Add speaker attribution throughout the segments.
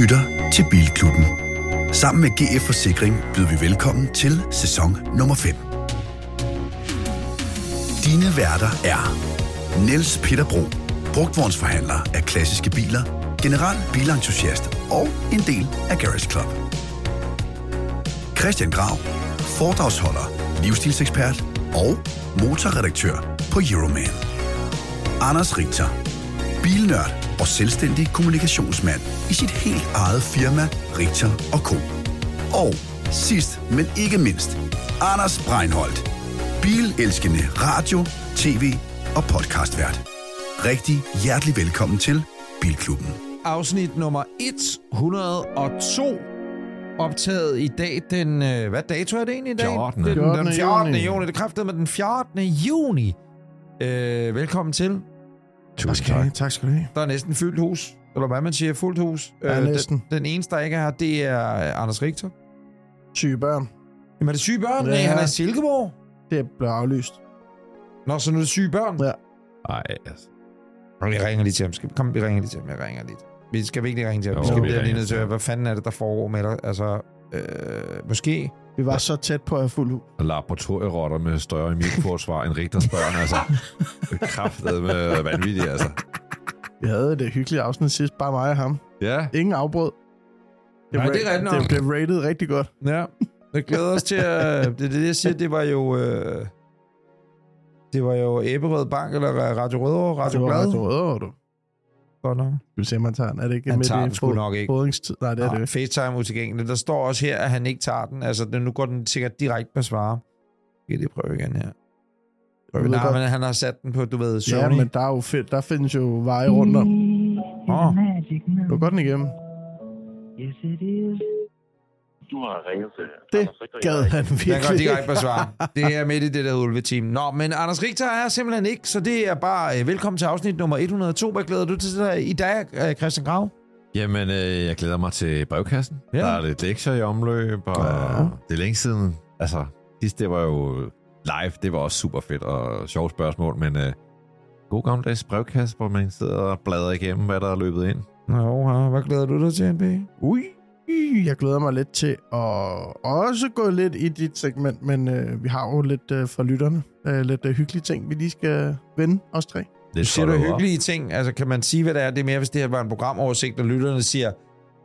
Speaker 1: lytter til Bilklubben. Sammen med GF Forsikring byder vi velkommen til sæson nummer 5. Dine værter er Niels Peter Bro, brugtvognsforhandler af klassiske biler, general bilentusiast og en del af Garage Club. Christian Grav, foredragsholder, livsstilsekspert og motorredaktør på Euroman. Anders Richter, bilnørd og selvstændig kommunikationsmand i sit helt eget firma Richter og Co. Og sidst, men ikke mindst, Anders Breinholt, bilelskende radio, tv og podcastvært. Rigtig hjertelig velkommen til Bilklubben.
Speaker 2: afsnit nummer 102, optaget i dag den... øh, Hvad dato er det egentlig i dag?
Speaker 3: 14..
Speaker 2: Det er Den, den
Speaker 3: 14.
Speaker 2: 14. juni. Det er kraftet med den 14. juni. Øh, velkommen til.
Speaker 3: Tusind okay, tak. tak skal du have.
Speaker 2: Der er næsten fyldt hus. Eller hvad man siger, fuldt hus. Øh,
Speaker 3: Ja, næsten.
Speaker 2: Den, den eneste, der ikke er her, det er øh, Anders Richter.
Speaker 3: Syge børn.
Speaker 2: Jamen er det syge børn? Ja.
Speaker 3: Ja.
Speaker 2: Nej, han er i Silkeborg.
Speaker 3: Det blev aflyst.
Speaker 2: Nå, så nu er det syge børn.
Speaker 3: Ja.
Speaker 4: Ej, altså.
Speaker 2: Kom, jeg ringer lige til ham. Skal- Kom, vi ringer lige til ham. Jeg ringer lige. Vi skal virkelig ringe til ham.
Speaker 4: Jo,
Speaker 2: Vi skal
Speaker 4: vi
Speaker 2: blive lige
Speaker 4: ringer
Speaker 2: nødt til
Speaker 4: til
Speaker 2: at
Speaker 4: ham.
Speaker 2: høre, hvad fanden er det, der foregår med dig? Altså, øh, måske
Speaker 3: Vi var så tæt på at have fuld hus.
Speaker 4: Laboratorierotter med større immunforsvar end Rigters børn, altså. Kraftet med vanvittigt, altså.
Speaker 3: Vi havde det hyggelige afsnit sidst, bare mig og ham.
Speaker 4: Ja,
Speaker 3: Ingen afbrød. Det,
Speaker 2: Nej,
Speaker 3: ra-
Speaker 2: det er rigtigt nok.
Speaker 3: det blev rated rigtig godt.
Speaker 2: Ja, jeg glæder os til at... Det er det, jeg siger, det var jo... Øh, det var jo Æberød Bank, eller Radio Rødovre, Radio
Speaker 3: var
Speaker 2: Glad.
Speaker 3: ret rød, du.
Speaker 2: Godt nok.
Speaker 3: Du ser, man tager den. Er det ikke
Speaker 2: Han
Speaker 3: midt
Speaker 2: tager
Speaker 3: i
Speaker 2: den sgu
Speaker 3: fod-
Speaker 2: nok ikke.
Speaker 3: fodringstid? Nej, det er det.
Speaker 2: Nej,
Speaker 3: ikke.
Speaker 2: FaceTime utilgængelig. Der står også her, at han ikke tager den. Altså, den- nu går den sikkert direkte på svare. Vi kan lige prøve igen her.
Speaker 3: Jeg
Speaker 2: Prøve.
Speaker 3: ved
Speaker 2: Nej,
Speaker 3: godt-
Speaker 2: men han har sat den på, du ved, Sony.
Speaker 3: Ja, men der, er jo fedt. der findes jo veje rundt om.
Speaker 2: Åh.
Speaker 3: Du går den igennem.
Speaker 5: Yes, it is. Du har ringet til
Speaker 3: Det
Speaker 5: Anders Richter.
Speaker 3: gad han
Speaker 2: Den går
Speaker 3: virkelig.
Speaker 2: direkte på svare. Det er midt i det der ulve-team. Nå, men Anders Richter er simpelthen ikke, så det er bare øh, velkommen til afsnit nummer 102. Hvad glæder du til det her i dag, øh, Christian Grav?
Speaker 4: jamen, øh, jeg glæder mig til brevkassen.
Speaker 2: Ja.
Speaker 4: Ja. Der er lidt lektier i omløb, og
Speaker 3: Ja.
Speaker 4: ja. det er længe siden. Altså, sidst det var jo live, det var også super fedt og sjovt spørgsmål, men øh, god gammeldags brevkasse, hvor man sidder og bladrer igennem, hvad der er løbet ind.
Speaker 2: Nå, ja, hvad glæder du dig til, NB?
Speaker 3: Ui, jeg glæder mig lidt til at også gå lidt i dit segment, men øh, vi har jo lidt øh, fra lytterne, øh, lidt øh, hyggelige ting, vi lige skal vende os tre.
Speaker 4: Det
Speaker 2: Du siger du
Speaker 4: follow-up.
Speaker 2: hyggelige ting. Altså, kan man sige, hvad det er? Det er mere, hvis det her var en programoversigt, og lytterne siger,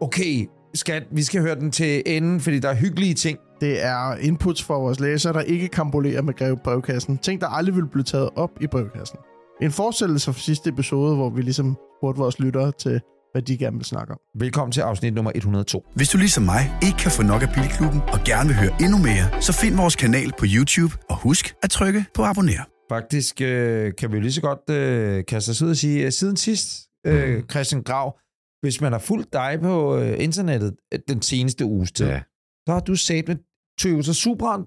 Speaker 2: okay, skat, vi skal høre den til enden, fordi der er hyggelige ting.
Speaker 3: Det er inputs fra vores læsere, der ikke kambolerer med greve brevkassen. Ting, der aldrig ville blive taget op i brevkassen. En fortsættelse fra sidste episode, hvor vi ligesom spurgte vores lyttere til, hvad de gerne vil snakke om.
Speaker 2: Velkommen til afsnit nummer 102.
Speaker 1: Hvis du ligesom mig ikke kan få nok af Bilklubben og gerne vil høre endnu mere, så find vores kanal på YouTube og husk at trykke på abonner.
Speaker 2: Faktisk øh, kan vi jo lige så godt øh, kaste os ud og sige, at siden sidst, øh, Christian Grav, hvis man har fulgt dig på øh, internettet øh, den seneste uges tid, ja.
Speaker 4: Ja.
Speaker 2: så har du sat med Toyota Supra,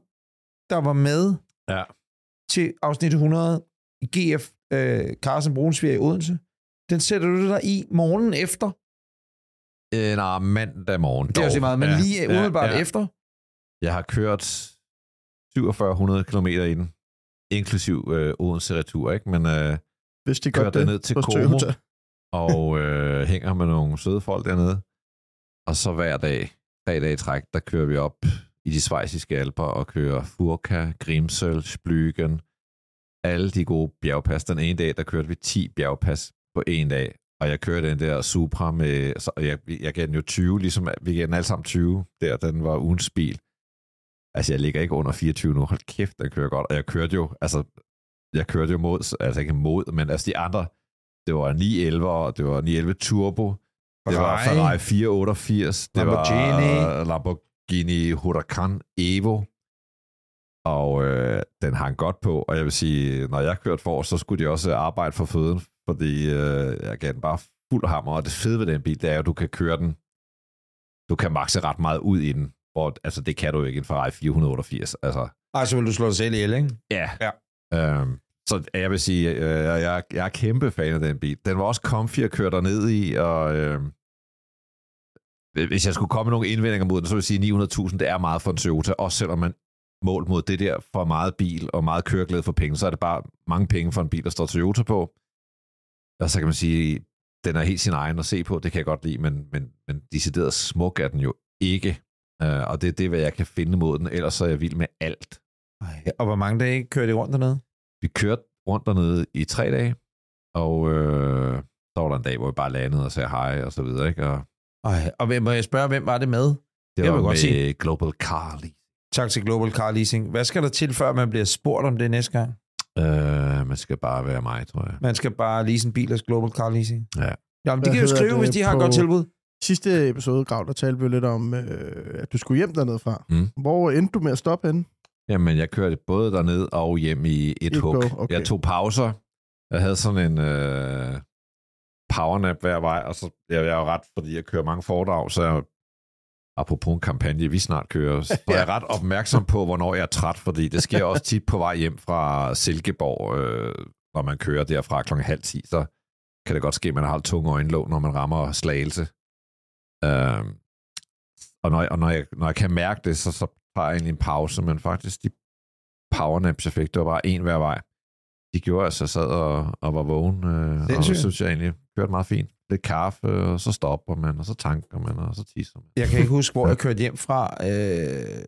Speaker 2: der var med
Speaker 4: Ja.
Speaker 2: til afsnit 100 i GF øh, Carsten Brunsviger i Odense. Den sætter du dig i morgenen efter.
Speaker 4: Øh, nej, mandag morgen.
Speaker 2: Det er også lige meget, men ja, lige umiddelbart ja, ja. efter.
Speaker 4: Jeg har kørt 4700 km i den, inklusiv øh, Odense Retur, ikke? men øh,
Speaker 3: Hvis de
Speaker 4: kører
Speaker 3: gør det,
Speaker 4: derned til
Speaker 3: hos
Speaker 4: Como
Speaker 3: Toyota.
Speaker 4: og øh, hænger med nogle søde folk dernede. Og så hver dag, tre dage i træk, der kører vi op i de svejsiske alper og kører Furka, Grimsel, Splügen, alle de gode bjergpas. Den ene dag, der kørte vi 10 bjergpas på en dag, og jeg kørte den der Supra med, så jeg, jeg gav den jo 20, ligesom at- vi gav den alle sammen 20, der den var ugens bil. Altså, jeg ligger ikke under 24 nu. Hold kæft, den kører godt. Og jeg kørte jo, altså, jeg kørte jo mod, altså ikke mod, men altså de andre, det var 911, og det var 911 Turbo, det var
Speaker 2: Ferrari.
Speaker 4: Ferrari 488, det var
Speaker 2: Lamborghini.
Speaker 4: Lamborghini Huracan Evo, og øh, den hang godt på, og jeg vil sige, når jeg kørte for, så skulle de også arbejde for føden, fordi øh, jeg gav den bare fuld hammer, og det fede ved den bil, det er jo, at du kan køre den, du kan makse ret meget ud i den, og altså, det kan du jo ikke i en Ferrari 488, altså,
Speaker 2: Ej, så vil du slå dig selv ihjel, ikke?
Speaker 4: Ja.
Speaker 2: Ja.
Speaker 4: Øhm, så jeg vil sige, øh, jeg, jeg, jeg er kæmpe fan af den bil. Den var også comfy at køre derned i, og øh, hvis jeg skulle komme med nogle indvendinger mod den, så vil jeg sige, at 900.000, det er meget for en Toyota, også selvom man målt mod det der for meget bil og meget køreglæde for penge, så er det bare mange penge for en bil, der står Toyota på. Og så kan man sige, den er helt sin egen at se på, det kan jeg godt lide, men, men, men decideret smuk er den jo ikke. Øh, og det er det, hvad jeg kan finde mod den, ellers så er jeg vild med alt.
Speaker 2: Ej, og hvor mange dage kørte I rundt dernede?
Speaker 4: Vi kørte rundt dernede i tre dage, og øh, så var der en dag, hvor vi bare landede og sagde hej og så videre, ikke? Og
Speaker 2: Ej, og hvem, må jeg spørge, hvem var det med? Jeg
Speaker 4: det var
Speaker 2: vil
Speaker 4: med
Speaker 2: godt sige-
Speaker 4: Global Car Lease.
Speaker 2: Tak til Global Car Leasing. Hvad skal der til, før man bliver spurgt om det næste gang?
Speaker 4: Øh, man skal bare være mig, tror jeg.
Speaker 2: Man skal bare lease en bil hos Global Car Leasing.
Speaker 4: Ja.
Speaker 2: Jamen, de
Speaker 3: Hvad
Speaker 2: kan jo
Speaker 3: hedder
Speaker 2: skrive,
Speaker 3: det
Speaker 2: hvis de har et godt
Speaker 3: på-
Speaker 2: tilbud.
Speaker 3: Sidste episode, Grav, der talte vi jo lidt om, øh, at du skulle hjem dernede fra.
Speaker 4: Mm.
Speaker 3: Hvor endte du med at stoppe henne?
Speaker 4: Jamen, jeg kørte både derned og hjem i et
Speaker 3: Et
Speaker 4: hug.
Speaker 3: go, okay.
Speaker 4: Jeg tog pauser. Jeg havde sådan en øh, powernap hver vej, og så jeg, jeg er jo ret, fordi jeg kører mange foredrag, så jeg, apropos en kampagne, vi snart kører, så er jeg ret opmærksom på, hvornår jeg er træt, fordi det sker også tit på vej hjem fra Silkeborg, øh, når man kører derfra kl. halv 10, så kan det godt ske, at man har et tunge øjenlåg, når man rammer slagelse. Øh, og når, jeg- og når, jeg, når jeg kan mærke det, så, så tager jeg egentlig en pause, men faktisk de powernaps, jeg fik, det var bare en hver vej. De gjorde altså, jeg sad og, og var vågen, øh, og
Speaker 2: Sindssygt.
Speaker 4: det synes jeg egentlig kørte meget fint. Lidt kaffe, og så stopper man, og så tanker man, og så tisser man.
Speaker 2: Jeg kan ikke huske, hvor jeg kørte hjem fra. Øh,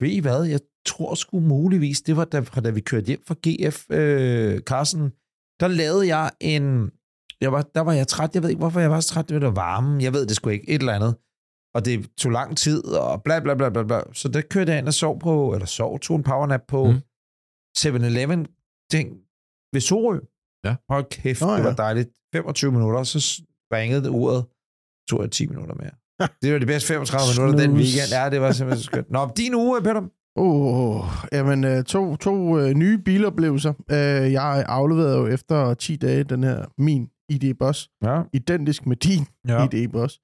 Speaker 2: ved I hvad? Jeg tror sgu muligvis, det var da, fra da vi kørte hjem fra GF øh, Carsten. Der lavede jeg en... Jeg var, der var jeg træt. Jeg ved ikke, hvorfor jeg var så træt. Det var varmen. Jeg ved det sgu ikke. Et eller andet. Og det tog lang tid, og bla bla bla bla bla. Så der kørte jeg ind og sov på... Eller sov, tog en powernap på
Speaker 4: Mm.
Speaker 2: mm. 7-Eleven ting ved Sorø.
Speaker 4: Ja.
Speaker 2: Hold kæft,
Speaker 3: Nå,
Speaker 2: oh, ja. det
Speaker 3: ja.
Speaker 2: var dejligt. 25 minutter, så s- ringede det uret. Så tog jeg 10 minutter mere. Det var de bedste 35 minutter den
Speaker 3: Snus.
Speaker 2: weekend. Ja, det var simpelthen så skønt. Nå, din uge, Peter.
Speaker 3: Åh, oh, jamen øh, to, to øh, nye biloplevelser. Øh, jeg afleverede jo efter 10 dage den her min ID-boss,
Speaker 2: Ja.
Speaker 3: identisk med din ja. ID-boss.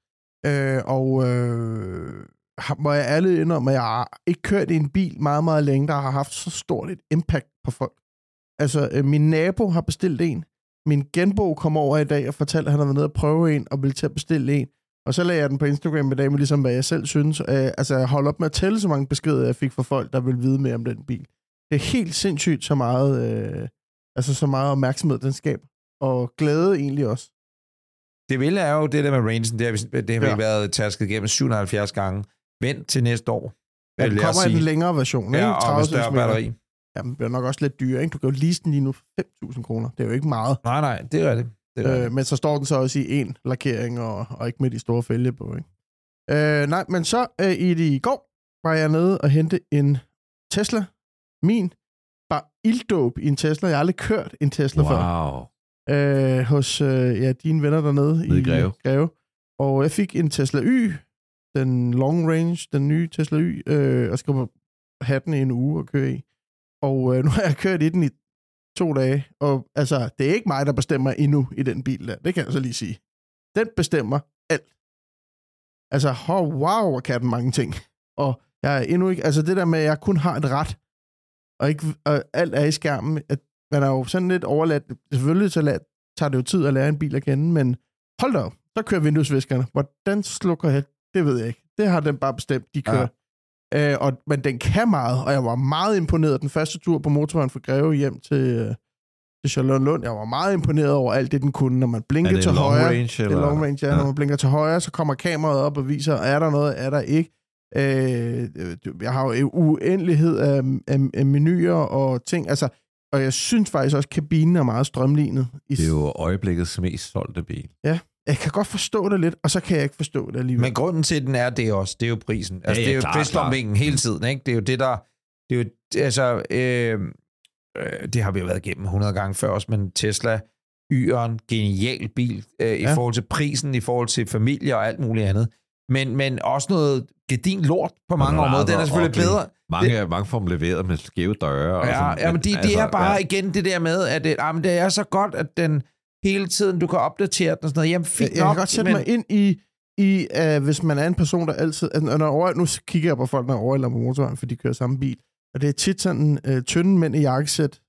Speaker 3: Øh, og øh, har- må jeg alle indrømme, at jeg har ikke kørt i en bil meget, meget længe, der har haft så stort et impact på folk. Altså, øh, min nabo har bestilt en. Min genbo kom over i dag og fortalte, at han havde været nede og prøve en, og ville til at bestille en. Og så lagde jeg den på Instagram i dag med ligesom, hvad jeg selv synes. Øh, altså, jeg holdt op med at tælle så mange beskeder, jeg fik fra folk, der ville vide mere om den bil. Det er helt sindssygt så meget, øh, altså så meget opmærksomhed, den skaber. Og glæde egentlig også.
Speaker 2: Det vilde er jo det der med Rangen, det har vi, det har vi
Speaker 3: Ja.
Speaker 2: ja. været tasket igennem 77 gange. Vent til næste år.
Speaker 3: Ja,
Speaker 2: vil
Speaker 3: den
Speaker 2: jeg
Speaker 3: kommer i
Speaker 2: sige.
Speaker 3: den længere version, ikke?
Speaker 2: Ja, og med
Speaker 3: 30
Speaker 2: større
Speaker 3: centimeter.
Speaker 2: batteri.
Speaker 3: Ja, men den bliver nok også lidt dyrere, ikke? Du kan jo lease den lige nu for 5.000 kroner. Det er jo ikke meget.
Speaker 2: Nej, nej, det er rigtigt. Det er
Speaker 3: Øh,
Speaker 2: rigtigt.
Speaker 3: men så står den så også i en lakering, og, og ikke med de store fælge på, ikke? Øh, nej, men så øh, i, det, i går var jeg nede og hente en Tesla. Min. Bare ilddåb i en Tesla. Jeg har aldrig kørt en Tesla wow. før.
Speaker 4: Wow.
Speaker 3: Øh, hos øh, ja, dine venner dernede
Speaker 4: Nede i Greve.
Speaker 3: Greve. Og jeg fik en Tesla Y. Den long range, den nye Tesla Y. Øh, og skal på hatten i en uge og køre i. Og øh, nu har jeg kørt i den i to dage, og altså, det er ikke mig, der bestemmer endnu i den bil der. Det kan jeg så lige sige. Den bestemmer alt. Altså, oh, wow, hvor kan den mange ting. Og jeg er endnu ikke, altså det der med, at jeg kun har et ret, og, ikke, og alt er i skærmen, at man er jo sådan lidt overladt. Selvfølgelig så lad, tager det jo tid at lære en bil at kende, men hold da op, der kører vinduesviskerne. Hvordan slukker jeg? Det ved jeg ikke. Det har den bare bestemt, de kører. Ja. Øh, og, men den kan meget, og jeg var meget imponeret den første tur på motorvejen fra Greve hjem til, øh, til Charlotte Lund. Jeg var meget imponeret over alt det, den kunne, når man
Speaker 4: Er
Speaker 3: blinkede
Speaker 4: det
Speaker 3: til
Speaker 4: long
Speaker 3: højre.
Speaker 4: range?
Speaker 3: Det
Speaker 4: Eller?
Speaker 3: er long range, ja. Når man blinker til højre, så kommer kameraet op og viser, er der noget, er der ikke. Øh, du- jeg har jo en uendelighed af, af, af menuer og ting. Altså, og jeg synes faktisk også, at kabinen er meget strømlignet. I,
Speaker 4: Det er jo øjeblikkets mest solgte bil.
Speaker 3: Jeg kan godt forstå det lidt, og så kan jeg ikke forstå det alligevel.
Speaker 2: Men grunden til, den er det også, det er jo prisen. Altså,
Speaker 4: Ja,
Speaker 2: ja, ja, det
Speaker 4: ja,
Speaker 2: er
Speaker 4: klar,
Speaker 2: jo
Speaker 4: klar.
Speaker 2: festomvingen hele tiden, ikke? Det er jo det, der... Det er jo, altså, øh, øh, det har vi jo været igennem 100 gange før også, men Tesla, Y'eren, genial bil øh, i
Speaker 3: Ja.
Speaker 2: forhold til prisen, i forhold til familie og alt muligt andet. Men, men også noget gedin lort på mange
Speaker 4: den er
Speaker 2: områder. Den er
Speaker 4: meget
Speaker 2: selvfølgelig
Speaker 4: ugly.
Speaker 2: bedre.
Speaker 4: Mange, det, mange får dem leveret med skæve døre. og
Speaker 2: Ja,
Speaker 4: sådan, altså,
Speaker 2: ja, men det, det er bare ja. igen det der med, at det, ah, men det er så godt, at den hele tiden, du kan opdatere den og sådan noget. Jamen,
Speaker 3: jeg,
Speaker 2: fint
Speaker 3: jeg kan
Speaker 2: nok,
Speaker 3: godt sætte
Speaker 2: men,
Speaker 3: men... mig ind i, i uh, hvis man er en person, der altid... Altså, når over, nu kigger jeg på folk, der er over eller på motorvejen, for de kører samme bil. Og det er tit sådan uh, tynde mænd i jakkesæt,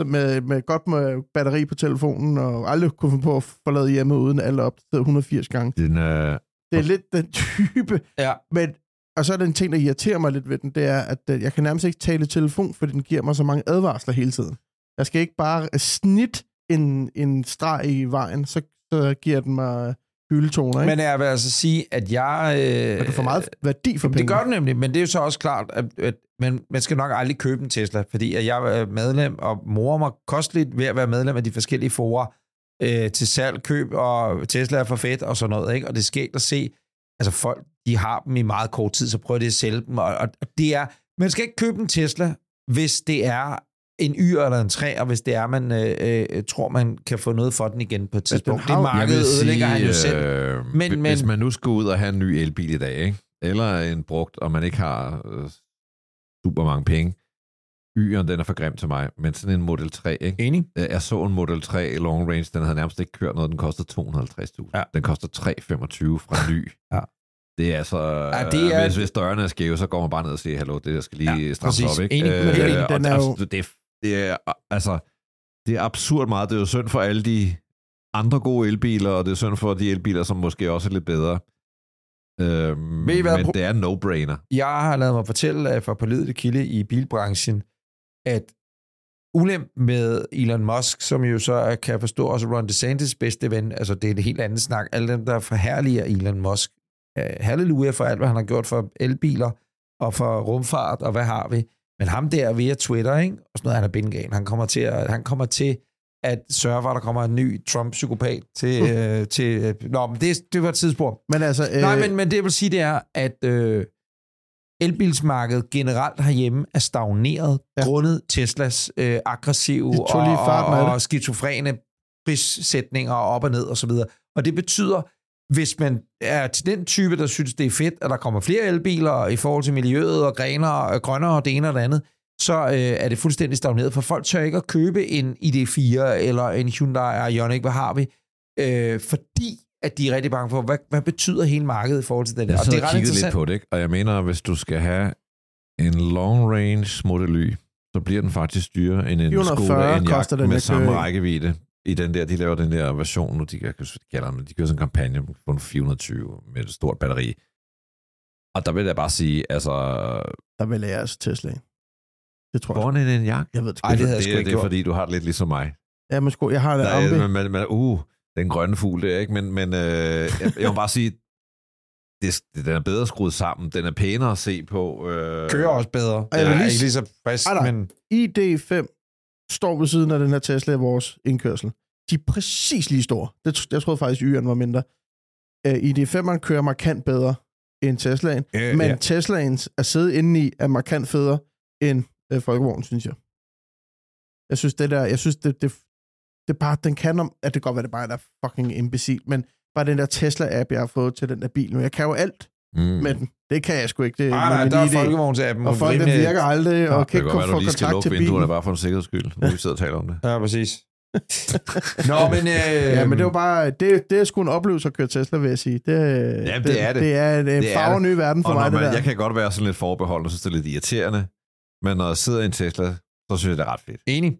Speaker 3: som med, med godt med batteri på telefonen, og aldrig kunne finde på at forlade hjemmet uden alt op til 180 gange.
Speaker 4: Den, øh,
Speaker 3: Det er lidt den type.
Speaker 2: Ja.
Speaker 3: Men, og så er den ting, der irriterer mig lidt ved den, det er, at øh, jeg kan nærmest ikke tale i telefon, fordi den giver mig så mange øh, advarsler hele tiden. Jeg skal ikke bare snit en, en streg i vejen, så, så giver den mig øh, hyldetoner, ikke?
Speaker 2: Men jeg vil altså sige, at jeg... Øh,
Speaker 3: Man kan få meget værdi for
Speaker 2: Jamen,
Speaker 3: penge.
Speaker 2: Det gør du nemlig, men det er jo så også klart, at, at man, man skal nok aldrig købe en Tesla, fordi at jeg er medlem og morer mig kosteligt ved at være medlem af de forskellige forer øh, til salg, køb, og Tesla er for fedt og sådan noget. Ikke? Og det er skægt at se, altså folk, de har dem i meget kort tid, så prøver de at sælge dem. Og, og det er, man skal ikke købe en Tesla, hvis det er en yr eller en træ, og hvis det er, man øh, øh, tror, man kan få noget for den igen på et tidspunkt.
Speaker 3: har
Speaker 2: Det
Speaker 3: jo-
Speaker 4: Jeg
Speaker 2: marked
Speaker 4: vil
Speaker 2: ødelægger han jo selv.
Speaker 4: øh,
Speaker 2: Men-
Speaker 4: men,
Speaker 2: men-
Speaker 4: men, hvis man nu skal ud og have en ny elbil i dag, ikke? eller en brugt, og man ikke har øh, super mange penge, Y'eren, den er for grim til mig, men sådan en Model 3, ikke?
Speaker 2: Enig?
Speaker 4: Øh, Jeg så en Model 3 Long Range, den havde nærmest ikke kørt noget, den kostede 250.000.
Speaker 2: Ja.
Speaker 4: Den koster 3,25 fra ny.
Speaker 2: Ja.
Speaker 4: Det er altså, ja,
Speaker 2: det
Speaker 4: det
Speaker 2: er-
Speaker 4: er... Hvis, hvis dørene er skæve, så går man bare ned og siger, hallo, det der skal lige
Speaker 2: Ja,
Speaker 4: ja, strammes
Speaker 2: præcis.
Speaker 4: op, ikke? Øh,
Speaker 2: Enig. Helt
Speaker 3: enig.
Speaker 4: og
Speaker 3: Den
Speaker 4: det-
Speaker 3: er jo-
Speaker 4: altså, det, er, det er, altså, det er absurd meget. Det er jo synd for alle de andre gode elbiler, og det er synd for de elbiler, som måske også er lidt bedre. Øhm,
Speaker 2: Ved I hvad,
Speaker 4: men
Speaker 2: pro-
Speaker 4: det er en no-brainer.
Speaker 2: jeg har lavet mig fortælle af fra pålidelig kilde i bilbranchen, at ulempen med Elon Musk, som jo så er, kan jeg forstå også Ron DeSantis bedste ven, altså det er det helt andet snak, alle dem, der forherliger Elon Musk, øh, halleluja for alt, hvad han har gjort for elbiler og for rumfart, og hvad har vi. Men ham der via Twitter, ikke? og sådan noget, han er bindegan. Han kommer til at, han kommer til at sørge for, at der kommer en ny Trump-psykopat til... Øh, til øh, nå, men det, det var et tidsspur.
Speaker 3: Men altså, øh,
Speaker 2: Nej, men, men det jeg vil sige, det er, at øh, elbilsmarkedet generelt herhjemme er stagneret, ja.
Speaker 3: Ja.
Speaker 2: grundet Teslas øh, aggressive
Speaker 3: De tog lige farten af
Speaker 2: og,
Speaker 3: det.
Speaker 2: og skizofrene prissætninger op og ned og så videre. Og det betyder, hvis man er til den type, der synes, det er fedt, at der kommer flere elbiler i forhold til miljøet og grener og grønnere og det ene og det andet, så øh, er det fuldstændig stagneret, for folk tør ikke at købe en ID4 eller en Hyundai Ioniq, hvad har vi, øh, fordi at de er rigtig bange for, hvad, hvad betyder hele markedet i forhold til det der.
Speaker 4: Jeg
Speaker 2: Og altså, det
Speaker 4: sad
Speaker 2: er
Speaker 4: og
Speaker 2: ret
Speaker 4: kiggede
Speaker 2: interessant.
Speaker 4: lidt på det, ikke? og jeg mener, hvis du skal have en long range Model Y, så bliver den faktisk dyrere end en
Speaker 3: 440
Speaker 4: Skoda Enyaq
Speaker 3: koster den
Speaker 4: med
Speaker 3: at
Speaker 4: samme
Speaker 3: køre i.
Speaker 4: rækkevidde. I den der, de laver den der version nu, de, jeg kan- de kalder den, de kører sådan en kampagne på en 420 med et stort batteri. Og der vil jeg bare sige, altså,
Speaker 3: der vælger jeg altså Tesla. Det tror jeg.
Speaker 4: foran en Enyaq,
Speaker 3: Jeg ved det sgu
Speaker 2: Ej,
Speaker 3: ikke.
Speaker 2: det havde jeg
Speaker 4: det,
Speaker 2: sgu ikke
Speaker 4: er- det er
Speaker 2: gjort.
Speaker 4: fordi, du har det lidt ligesom mig.
Speaker 3: Ja, men sgu, jeg har en
Speaker 4: Der er,
Speaker 3: Ambi.
Speaker 4: man, man, man, uh, den grønne fugl der, ikke? Men, men øh, jeg, jeg må bare sige, det, den er bedre skruet sammen, den er pænere at se på. Øh,
Speaker 2: Kører også bedre.
Speaker 3: Og jeg vil
Speaker 2: Ja,
Speaker 3: lige-
Speaker 2: ikke lige så frisk,
Speaker 3: Ej, nej.
Speaker 2: men
Speaker 3: ID5 står ved siden af den her Tesla i vores indkørsel. De er præcis lige store. Det, tr- jeg troede faktisk, Y'eren var mindre. Øh, ID5'eren kører markant bedre end Teslaen,
Speaker 2: øh,
Speaker 3: men
Speaker 2: ja.
Speaker 3: Teslaens at sidde inde i er markant federe end øh, Folkevognen, synes jeg. Jeg synes, det der, jeg synes, det, det, det er bare, den kan om, at det kan godt være, det bare er der er fucking imbecil, men bare den der Tesla-app, jeg har fået til den der bil nu. Jeg kan jo alt
Speaker 4: Mm. Ah,
Speaker 3: med den. Det kan jeg sgu ikke. Det,
Speaker 2: Ej, Ah, nej,
Speaker 3: min
Speaker 2: der er
Speaker 3: ID.
Speaker 2: folkevognsappen.
Speaker 3: Og folk, den
Speaker 2: rimelig-
Speaker 3: virker aldrig, og
Speaker 2: Ja,
Speaker 3: ja, kan
Speaker 4: Det
Speaker 3: ikke
Speaker 4: kan
Speaker 3: komme
Speaker 4: godt være,
Speaker 3: få
Speaker 4: du lige skal
Speaker 3: kontakt
Speaker 4: lukke
Speaker 3: til bilen.
Speaker 4: vinduerne bare for en sikkerheds skyld, nu vi sidder og taler om det.
Speaker 2: Ja, præcis. Nå, men... Øh,
Speaker 3: Ja, men det var
Speaker 4: Øhm.
Speaker 3: bare, det, det er sgu en oplevelse at køre Tesla, vil jeg sige. Det, ja,
Speaker 4: det er det.
Speaker 3: Det er en, en
Speaker 4: Det er
Speaker 3: farve ny verden for
Speaker 4: Og når
Speaker 3: mig, det
Speaker 4: man,
Speaker 3: der.
Speaker 4: jeg kan godt være sådan lidt forbeholden og synes, det er lidt irriterende, men når jeg sidder i en Tesla, så synes jeg, det er ret fedt.
Speaker 2: Enig.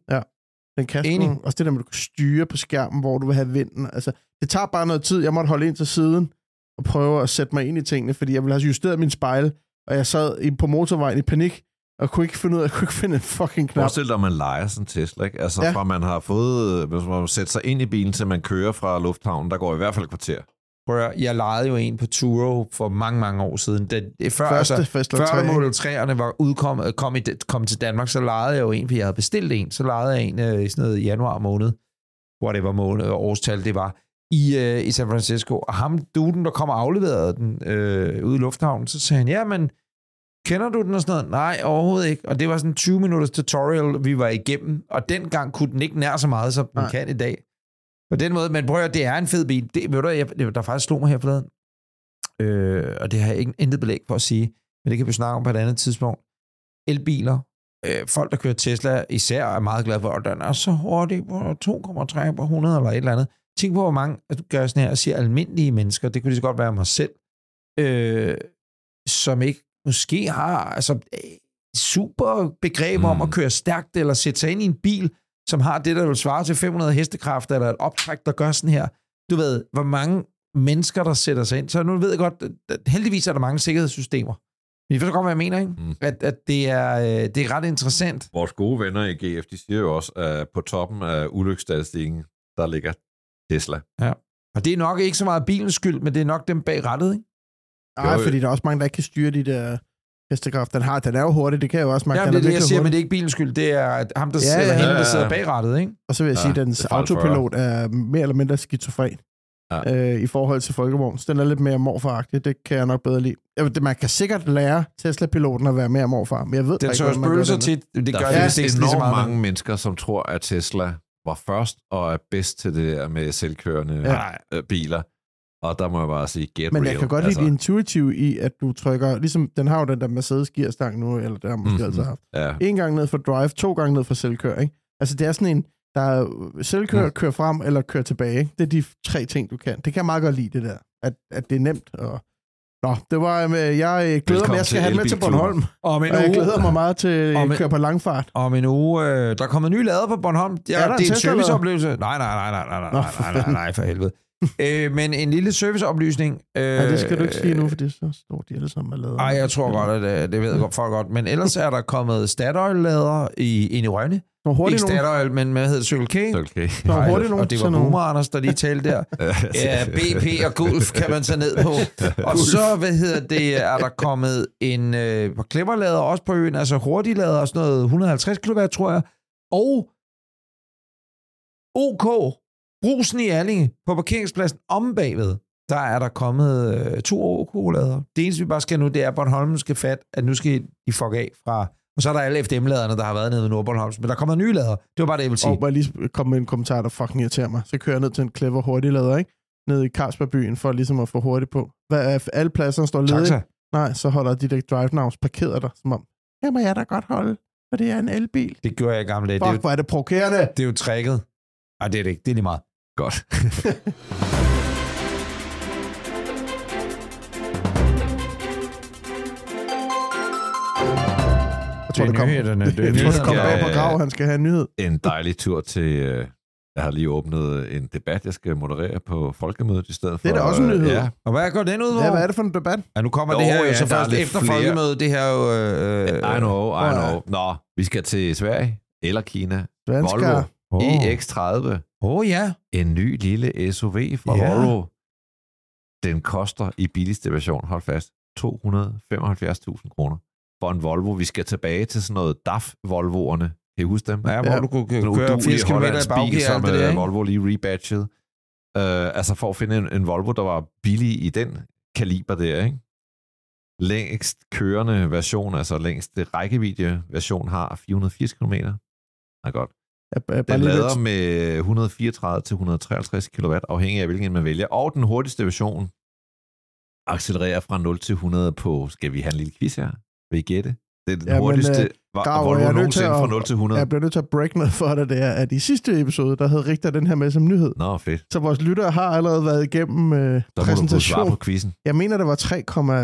Speaker 3: Den kan
Speaker 2: Enig.
Speaker 3: sgu, også det der med, at du kan styre på skærmen, hvor du vil have vinden. Altså, det tager bare noget tid. Jeg måtte holde ind til siden og prøve at sætte mig ind i tingene, fordi jeg ville have justeret min spejle, og jeg sad i, på motorvejen i panik, og kunne ikke finde ud af, jeg kunne ikke finde en fucking knap.
Speaker 4: Forestil dig, at man leger sådan en Tesla, ikke? Altså
Speaker 3: Ja.
Speaker 4: ja. fra man har fået, hvis man sætter sig ind i bilen, til man kører fra lufthavnen, der går i hvert fald et kvarter.
Speaker 2: Prøv at, høre, jeg lejede jo en på Turo for mange, mange år siden. Det, det, før,
Speaker 3: Første
Speaker 2: altså,
Speaker 3: Fastland
Speaker 2: før
Speaker 3: 3,
Speaker 2: Model 3'erne var udkommet, kom, i, kom til Danmark, så lejede jeg jo en, fordi jeg havde bestilt en. Så lejede jeg en øh, i sådan noget januar måned, whatever måned, øh, årstal det var, i, øh, i San Francisco. Og ham, duden, der kom og afleverede den øh, ude i lufthavnen, så sagde han, ja, men kender du den og sådan noget? Nej, overhovedet ikke. Og det var sådan en 20-minutters tutorial, vi var igennem. Og dengang kunne den ikke nær så meget, som den Nej.
Speaker 3: Nej.
Speaker 2: kan i dag. På den måde, men prøv at høre, det er en fed bil. Det, ved du, jeg, det- der faktisk slog mig her forleden. Øh, og det har jeg ikke, intet belæg for at sige, men det kan vi snakke om på et andet tidspunkt. Elbiler, øh, folk, der kører Tesla, især er meget glade for, at den er så hurtig, på 2,3 på 100 eller et eller andet. Tænk på, hvor mange, at du gør sådan her og siger almindelige mennesker, det kunne lige så godt være mig selv, øh, som ikke måske har altså, øh, super begreb mm. om
Speaker 4: Mm.
Speaker 2: at køre stærkt, eller sætte sig ind i en bil, som har det, der vil svare til 500 hestekræfter, eller et optræk, der gør sådan her. Du ved, hvor mange mennesker, der sætter sig ind. Så nu ved jeg godt, at- at heldigvis er der mange sikkerhedssystemer. Men I forstår godt, hvad jeg mener, ikke?
Speaker 4: Mm.
Speaker 2: At, at det, er, øh, det er ret interessant.
Speaker 4: Vores gode venner i GF, de siger jo også, at på toppen af ulykkesstatistikken, der ligger Tesla.
Speaker 2: Ja. Og det er nok ikke så meget bilens skyld, men det er nok dem bag rettet, ikke?
Speaker 3: Nej,
Speaker 4: Jo, jo.
Speaker 3: fordi der er også mange, der ikke kan styre de der hestekraft. Den, har, den er jo hurtig, det kan jeg jo også mange.
Speaker 2: Jamen,
Speaker 3: den
Speaker 2: det er det, jeg
Speaker 3: virkelig
Speaker 2: siger, men
Speaker 3: hurtig.
Speaker 2: det er ikke bilens skyld. Det er at ham, der,
Speaker 3: Ja,
Speaker 2: ja, eller
Speaker 3: ja,
Speaker 2: hende,
Speaker 4: ja,
Speaker 2: der
Speaker 4: ja.
Speaker 2: sidder bag rettet, ikke?
Speaker 3: Og så vil jeg
Speaker 4: Ja,
Speaker 3: sige, at dens
Speaker 4: det er farligt for
Speaker 3: autopilot er mere eller mindre skizofren
Speaker 4: Ja.
Speaker 3: ja. øh, i forhold til folkevogns. Den er lidt mere morfaragtig, det kan jeg nok bedre lide. Jeg, ved, det, man kan sikkert lære Tesla-piloten at være mere morfar, men jeg ved
Speaker 2: Den
Speaker 3: ikke,
Speaker 2: så
Speaker 3: hvordan man gør
Speaker 2: spøgelser
Speaker 3: det.
Speaker 2: tit. Det
Speaker 4: Der
Speaker 2: gør
Speaker 4: gør
Speaker 2: det
Speaker 4: findes
Speaker 2: vist ikke lige så
Speaker 4: enormt
Speaker 2: meget.
Speaker 4: mange mennesker, som tror, at Tesla var først og er bedst til det der med selvkørende
Speaker 3: Ja.
Speaker 4: ja. biler. Og der må jeg bare sige, get
Speaker 3: Men
Speaker 4: real. Altså,
Speaker 3: jeg kan godt lide det intuitive i, at du trykker, ligesom den har jo den der Mercedes-gearstang nu, eller det har man måske
Speaker 4: Mhm.
Speaker 3: mm-hmm. altid haft.
Speaker 4: Ja,
Speaker 3: En gang ned for drive, to gange ned for selvkør, ikke? Altså det er sådan en, der er selvkør,
Speaker 4: Mm.
Speaker 3: mm. kør frem eller kør tilbage. ikke? Det er de tre ting, du kan. Det kan jeg meget godt lide, det der. At, at det er nemt. Og... Nå, det var, øhm, øh, jeg øh, glæder
Speaker 4: Velkommen
Speaker 3: mig, jeg
Speaker 4: til
Speaker 3: skal have den med til
Speaker 4: Elbilklubben.
Speaker 3: Bornholm.
Speaker 2: Om en
Speaker 3: Og jeg
Speaker 2: uge,
Speaker 3: glæder mig meget til
Speaker 2: Og
Speaker 3: at
Speaker 2: med-
Speaker 3: køre på langfart.
Speaker 2: om en uge øh, der er kommet nye lader på Bornholm. Ja,
Speaker 3: Er der en
Speaker 2: det er en
Speaker 3: Tesla, eller hvad?
Speaker 2: serviceoplevelse. Nej, nej, nej, nej, nej, nej,
Speaker 3: Nå,
Speaker 2: nej,
Speaker 3: for
Speaker 2: nej, nej, nej, for helvede. øh, men en lille serviceoplysning. Øh,
Speaker 3: Ja, det skal du ikke sige nu, for det er så stort, de alle sammen er lavet.
Speaker 2: Nej, jeg tror godt, at øh, det, det ved jeg godt, folk godt. Men ellers er der kommet Statoil-lader i, ind i Rønne.
Speaker 3: Nogle hurtige
Speaker 2: Ikke
Speaker 3: nogen.
Speaker 2: Statoil, men hvad hedder det? Circle K?
Speaker 4: så okay.
Speaker 3: Nogle
Speaker 2: Nej,
Speaker 3: hurtige nogen.
Speaker 2: og det var
Speaker 3: sådan nogle-
Speaker 2: Boomer Anders, der lige talte der.
Speaker 4: Altså,
Speaker 2: Ja, BP og Gulf kan man tage ned på. Og så, hvad hedder det, er der kommet en øh, par klipperlader også på øen, altså hurtiglader og sådan noget 150 kW, tror jeg. Og OK, brusen i Erlinge på parkeringspladsen om bagved, der er der kommet øh, to OK-lader. Det eneste, vi bare skal nu, det er, at Bornholm skal fat, at nu skal de fuck af fra... Og så er der alle FDM-laderne, der har været nede ved Nordbornholm, men der kommer nye lader. Det var bare det, jeg ville sige.
Speaker 3: Og må jeg lige komme med en kommentar, der fucking irriterer mig. Så kører jeg ned til en clever hurtiglader, ikke? Ned i Carlsbergbyen for ligesom at få hurtigt på. Hvad er, alle pladserne står ledige.
Speaker 2: Taxa.
Speaker 3: Nej, så holder de der drive nows parkeret dig, som om, her må jeg da godt holde, for det er en elbil.
Speaker 2: Det gjorde jeg i gamle dage. Det er jo
Speaker 3: Fuck, hvor er det provokerende.
Speaker 2: Det er jo tricket. Nej, det er det ikke. Det er lige meget.
Speaker 4: Godt.
Speaker 3: Jeg tror, det, kommer.
Speaker 2: nyhederne.
Speaker 3: Jeg tror, det kommer
Speaker 4: Ja,
Speaker 3: over på
Speaker 4: ja, ja.
Speaker 3: grav, han skal have en nyhed.
Speaker 4: En dejlig tur til... øh, Jeg har lige åbnet en debat, jeg skal moderere på folkemødet i stedet for...
Speaker 3: Det er da også en
Speaker 4: øh,
Speaker 3: nyhed.
Speaker 4: Ja,
Speaker 2: Og hvad går den ud
Speaker 3: Ja,
Speaker 2: over?
Speaker 3: hvad er det for en debat?
Speaker 2: Ja, nu kommer
Speaker 4: Nå,
Speaker 2: det her jo
Speaker 4: ja,
Speaker 2: så
Speaker 4: der er
Speaker 2: først
Speaker 4: lidt
Speaker 2: efter
Speaker 4: flere.
Speaker 2: folkemødet. Det her er jo... Øh,
Speaker 4: I know, I
Speaker 3: Åh, ja.
Speaker 4: know. Nå, vi skal til Sverige eller Kina.
Speaker 3: Svensker.
Speaker 4: Volvo
Speaker 2: Åh
Speaker 4: EX30.
Speaker 2: oh. oh, ja.
Speaker 4: E en ny lille SUV fra
Speaker 2: Ja.
Speaker 4: yeah. Volvo. Den koster i billigste version, hold fast, 275.000 kroner for en Volvo. Vi skal tilbage til sådan noget DAF-Volvoerne. Kan I huske dem?
Speaker 2: Ja, hvor
Speaker 3: Ja.
Speaker 2: du kunne
Speaker 4: Sådan en
Speaker 2: køre
Speaker 4: uduelig
Speaker 2: 80 km i
Speaker 4: hollandsk bil,
Speaker 2: baggear og
Speaker 4: som
Speaker 2: alt det der,
Speaker 4: øh,
Speaker 2: ikke?
Speaker 4: Volvo lige rebatchet. Uh, altså for at finde en, en Volvo, der var billig i den kaliber der, ikke? Længst kørende version, altså længste rækkevidde version, har 480 km. Nej, godt.
Speaker 3: Jeg, jeg, bare
Speaker 4: Den
Speaker 3: lige
Speaker 4: lader
Speaker 3: lidt,
Speaker 4: med 134 til 153 kW, afhængig af hvilken man vælger. Og den hurtigste version accelererer fra 0 til 100 på, skal vi have en lille quiz her? Vil I gætte? Det er den
Speaker 3: Ja,
Speaker 4: ja,
Speaker 3: men,
Speaker 4: hurtigste
Speaker 3: øh,
Speaker 4: men,
Speaker 3: Grav,
Speaker 4: Volvo
Speaker 3: jeg er nødt til
Speaker 4: nogensinde
Speaker 3: at-
Speaker 4: fra 0 til 100.
Speaker 3: jeg bliver nødt til at break noget for dig, det er, at i sidste episode, der havde Richter den her med som nyhed.
Speaker 4: Nå, fedt.
Speaker 3: Så vores lyttere har allerede været igennem øh,
Speaker 4: Så må du kunne svare
Speaker 3: præsentation.
Speaker 4: på quizzen.
Speaker 3: Jeg mener, det var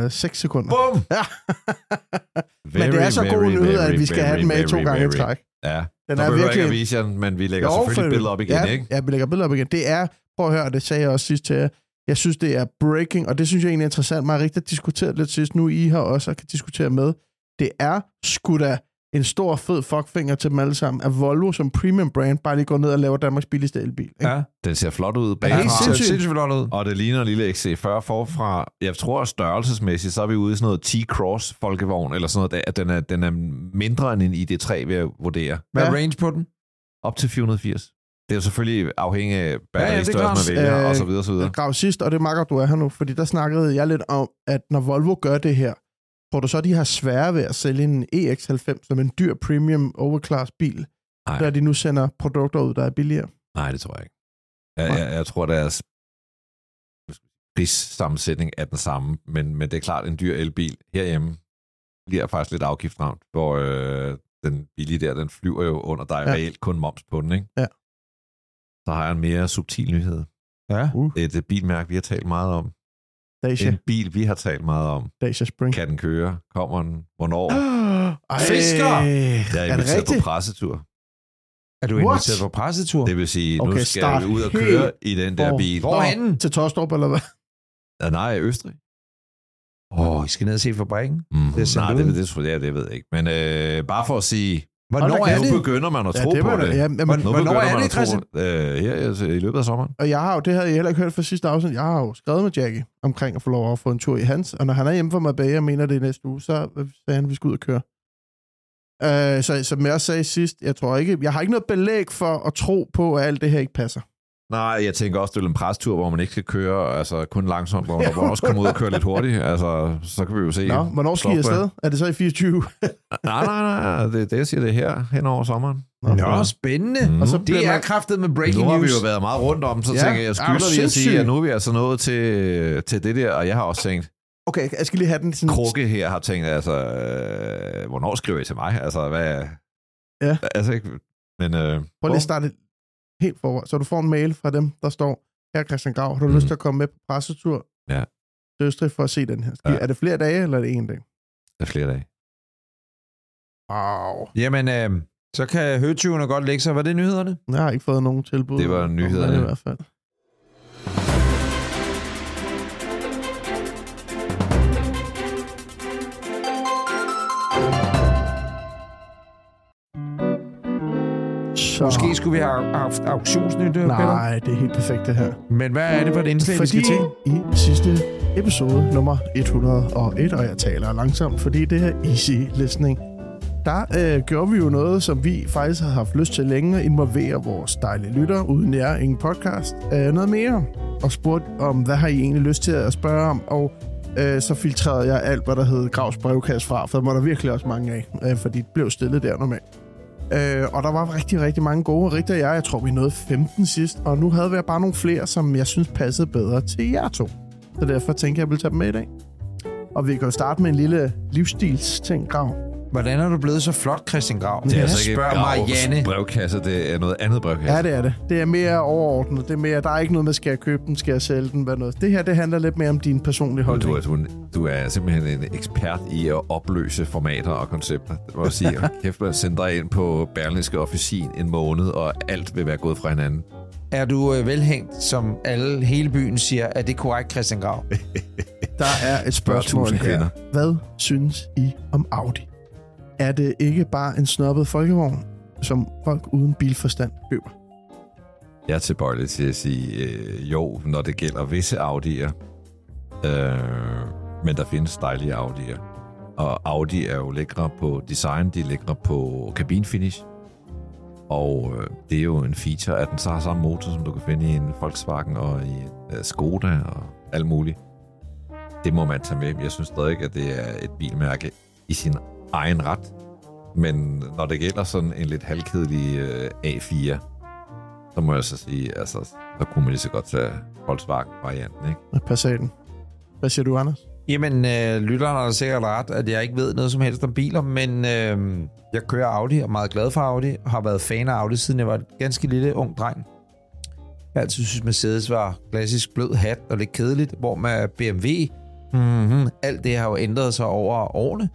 Speaker 3: 3,6 sekunder.
Speaker 4: Bum!
Speaker 3: Ja.
Speaker 4: Very,
Speaker 3: Men det er så god
Speaker 4: very,
Speaker 3: nyhed, at
Speaker 4: very,
Speaker 3: vi skal
Speaker 4: very,
Speaker 3: have den med
Speaker 4: very,
Speaker 3: to gange i
Speaker 4: very.
Speaker 3: træk.
Speaker 4: Ja,
Speaker 3: Den
Speaker 4: så
Speaker 3: er
Speaker 4: behøver
Speaker 3: virkelig
Speaker 4: ikke at vise jer den, men vi lægger jo, selvfølgelig
Speaker 3: for-
Speaker 4: et billede op igen,
Speaker 3: ja,
Speaker 4: ikke?
Speaker 3: Ja, vi lægger billeder op igen. Det er, prøv at høre, det sagde jeg også sidst til jer. Jeg synes, det er breaking, og det synes jeg egentlig er interessant. Man har rigtig diskuteret lidt sidst, nu er I her også og kan diskutere med. Det er sgu da en stor fed fuckfinger til dem alle sammen, at Volvo som premium brand bare lige går ned og laver Danmarks billigste elbil. Ikke?
Speaker 2: Ja.
Speaker 4: Den ser flot ud
Speaker 2: Det er
Speaker 4: bagfra.
Speaker 2: helt sindssygt.
Speaker 3: sindssygt.
Speaker 2: sindssygt flot ud.
Speaker 4: Og det ligner en lille XC40 forfra. Jeg tror, at størrelsesmæssigt, så er vi ude i sådan noget T-Cross folkevogn, eller sådan noget, der. at den er, den er mindre end en ID3, vil jeg vurdere.
Speaker 2: Hvad er
Speaker 3: Ja.
Speaker 2: range på den?
Speaker 4: Op til 480. Det er jo selvfølgelig afhængig af
Speaker 2: det er klart.
Speaker 4: batteristørrelsen, man vælger,
Speaker 3: Øh,
Speaker 4: og så videre, så videre.
Speaker 3: Grav sidst, og det makker du er her nu, fordi der snakkede jeg lidt om, at når Volvo gør det her, tror du så, de har svære ved at sælge en EX90 som en dyr premium overclass bil,
Speaker 4: Nej.
Speaker 3: der de nu sender produkter ud, der er billigere?
Speaker 4: Nej, det tror jeg ikke. Jeg, jeg, jeg tror, deres prissammensætning er den samme, men, men det er klart, en dyr elbil herhjemme bliver faktisk lidt afgiftsramt, hvor øh, den billige der, den flyver jo under dig ja.
Speaker 3: Ja.
Speaker 4: reelt kun moms på den, ikke?
Speaker 3: Ja.
Speaker 4: Så har jeg en mere subtil nyhed.
Speaker 2: Ja.
Speaker 4: Det er et bilmærke, vi har talt meget om.
Speaker 3: Dacia,
Speaker 4: En bil, vi har talt meget om.
Speaker 3: Dacia Spring.
Speaker 4: Kan den køre? Kommer den? Hvornår?
Speaker 3: Ej,
Speaker 2: Fisker!
Speaker 4: Jeg er
Speaker 3: Ah, er det
Speaker 4: inviteret på
Speaker 3: rigtigt?
Speaker 4: pressetur.
Speaker 2: Er du
Speaker 3: What?
Speaker 2: inviteret på pressetur?
Speaker 4: Det vil sige, okay,
Speaker 3: Okay,
Speaker 4: nu skal
Speaker 3: start
Speaker 4: vi ud og
Speaker 3: helt
Speaker 4: køre i den der
Speaker 3: hvor-
Speaker 4: bil.
Speaker 3: hvor-
Speaker 2: Hvorhenne?
Speaker 3: Til Tostrup, eller hvad?
Speaker 4: Ah, Nej, i Østrig.
Speaker 2: Åh, oh, I skal ned og se fabrikken.
Speaker 4: Mm,
Speaker 2: Det er sendt
Speaker 4: nej, det,
Speaker 2: ud.
Speaker 4: det, det, tror jeg, det ved jeg ikke. Men øh, bare for at sige,
Speaker 2: Hvornår
Speaker 3: da
Speaker 2: er
Speaker 3: kæft.
Speaker 2: det?
Speaker 4: Nu begynder man at tro
Speaker 3: det
Speaker 4: på
Speaker 3: var
Speaker 4: det.
Speaker 3: Ja, men,
Speaker 2: Hvordan-
Speaker 4: Nu
Speaker 2: Hvornår
Speaker 4: begynder
Speaker 2: er
Speaker 4: man
Speaker 2: det,
Speaker 4: at tro
Speaker 2: Christian?
Speaker 4: Øh, her altså, i løbet af sommeren.
Speaker 3: Og jeg har jo, det havde jeg heller ikke hørt fra sidste afsnit, jeg har jo skrevet med Jackie omkring at få lov at få en tur i hans, og når han er hjemme for Marbella, og mener det er næste uge, så øh, sagde han, at vi skal ud og køre. Øh, så som jeg også sagde sidst, jeg tror ikke, jeg har ikke noget belæg for at tro på, at alt det her ikke passer.
Speaker 4: Nej, jeg tænker også, det er en prestur, hvor man ikke skal køre altså, kun langsomt, hvor man hvor man også kommer ud og kører lidt hurtigt. Altså, så kan vi jo se.
Speaker 3: Nå, hvornår skal I
Speaker 4: Stofbær.
Speaker 3: afsted? Er det så i 24?
Speaker 4: Nej, nej, nej. Det, er det jeg siger det er her, hen over sommeren.
Speaker 2: Nå, spændende.
Speaker 4: Mm.
Speaker 3: Og så
Speaker 2: Det
Speaker 3: bliver
Speaker 2: er
Speaker 3: man-
Speaker 2: kraftet med breaking
Speaker 4: nu har vi
Speaker 2: news.
Speaker 4: jo været meget rundt om, så
Speaker 3: Ja.
Speaker 4: ja. tænker jeg, jeg
Speaker 3: Ah,
Speaker 4: skylder lige at sige,
Speaker 3: sindssygt.
Speaker 4: at nu er vi altså nået til, til det der, og jeg har også tænkt,
Speaker 3: Okay, jeg skal lige have den sådan...
Speaker 4: Krukke her har tænkt, altså, øh, hvornår skriver I til mig? Altså, hvad...
Speaker 3: Ja.
Speaker 4: Altså, ikke... Men, øh,
Speaker 3: Prøv lige at starte helt forvej. Så du får en mail fra dem, der står, her Christian Grav, har du mm. lyst
Speaker 4: Mhm.
Speaker 3: til at komme med på pressetur
Speaker 4: Ja.
Speaker 3: til Østrig for at se den her? Skal, ja.
Speaker 4: Ja.
Speaker 3: Er det flere dage, eller er det en dag?
Speaker 4: det er flere dage.
Speaker 3: Wow.
Speaker 2: Jamen, øh, så kan høtyvene godt lægge sig. Var det nyhederne?
Speaker 3: Jeg har ikke fået nogen tilbud.
Speaker 4: Det var
Speaker 3: om
Speaker 4: nyhederne.
Speaker 3: det I hvert fald. Så.
Speaker 2: Måske skulle vi have haft auktionsnyt, øh, Peter.
Speaker 3: Nej, det er helt perfekt det her.
Speaker 2: Men hvad er det for et indslag, vi skal
Speaker 3: Fordi
Speaker 2: til?
Speaker 3: i sidste episode, nummer 101, og jeg taler langsomt, fordi det her easy listening, der øh, gjorde vi jo noget, som vi faktisk har haft lyst til længe at involvere vores dejlige lytter, uden jer ingen podcast, øh, noget mere. Og spurgte om, hvad har I egentlig lyst til at spørge om? Og øh, så filtrerede jeg alt, hvad der hed Gravs brevkasse fra, for dem var der virkelig også mange af, øh, fordi det blev stillet der normalt. Øh, og der var rigtig, rigtig mange gode. Rigtig og jeg, jeg tror, vi nåede 15 sidst, og nu havde vi bare nogle flere, som jeg synes passede bedre til jer to. Så derfor tænker jeg, at jeg vil tage dem med i dag. Og vi kan jo starte med en lille livsstilsting, Grav.
Speaker 2: Hvordan er du blevet så flot, Christian Grav?
Speaker 4: Det er
Speaker 2: Ja,
Speaker 4: altså ikke
Speaker 2: spørg
Speaker 4: Gravs
Speaker 2: Marianne.
Speaker 4: brevkasse, det er noget andet brevkasse.
Speaker 3: Ja, det er det. Det er mere overordnet. Det er mere, der er ikke noget med, skal jeg købe den, skal jeg sælge den, hvad noget. Det her, det handler lidt mere om din personlige
Speaker 4: Og
Speaker 3: holdning.
Speaker 4: Du, er- du, er- du er simpelthen en ekspert i at opløse formater og koncepter. Det må jeg sige. Hold Kæft, man sender dig ind på Berlingske Officin en måned, og alt vil være gået fra hinanden.
Speaker 2: Er du øh, velhængt, som alle hele byen siger? Er det korrekt, Christian Grav?
Speaker 3: Der er
Speaker 4: Spørg
Speaker 3: et spørgsmål
Speaker 4: tusind
Speaker 3: her.
Speaker 4: kvinder.
Speaker 3: Hvad synes I om Audi? Er det ikke bare en snobbet folkevogn, som folk uden bilforstand køber?
Speaker 4: Jeg er tilbøjelig til at sige øh, jo, når det gælder visse Audi'er. Øh, men der findes dejlige Audi'er. Og Audi er jo lækre på design, de er lækre på kabinfinish. Og øh, det er jo en feature, at den så har samme motor, som du kan finde i en Volkswagen og i en øh, Skoda og alt muligt. Det må man tage med. Jeg synes stadig, at det er et bilmærke i sin egen ret. Men når det gælder sådan en lidt halvkedelig øh, A4, så må jeg så sige, altså, så kunne man lige så godt tage Volkswagen-varianten, ikke?
Speaker 3: af Passaten. Hvad siger du, Anders?
Speaker 2: Jamen, øh, lytteren har da sikkert ret, at jeg ikke ved noget som helst om biler, men øh, jeg kører Audi og er meget glad for Audi, og har været fan af Audi, siden jeg var et ganske lille ung dreng. Jeg har altid synes Mercedes var klassisk blød hat og lidt kedeligt, hvor med BMW, mm-hmm, alt det har jo ændret sig over årene.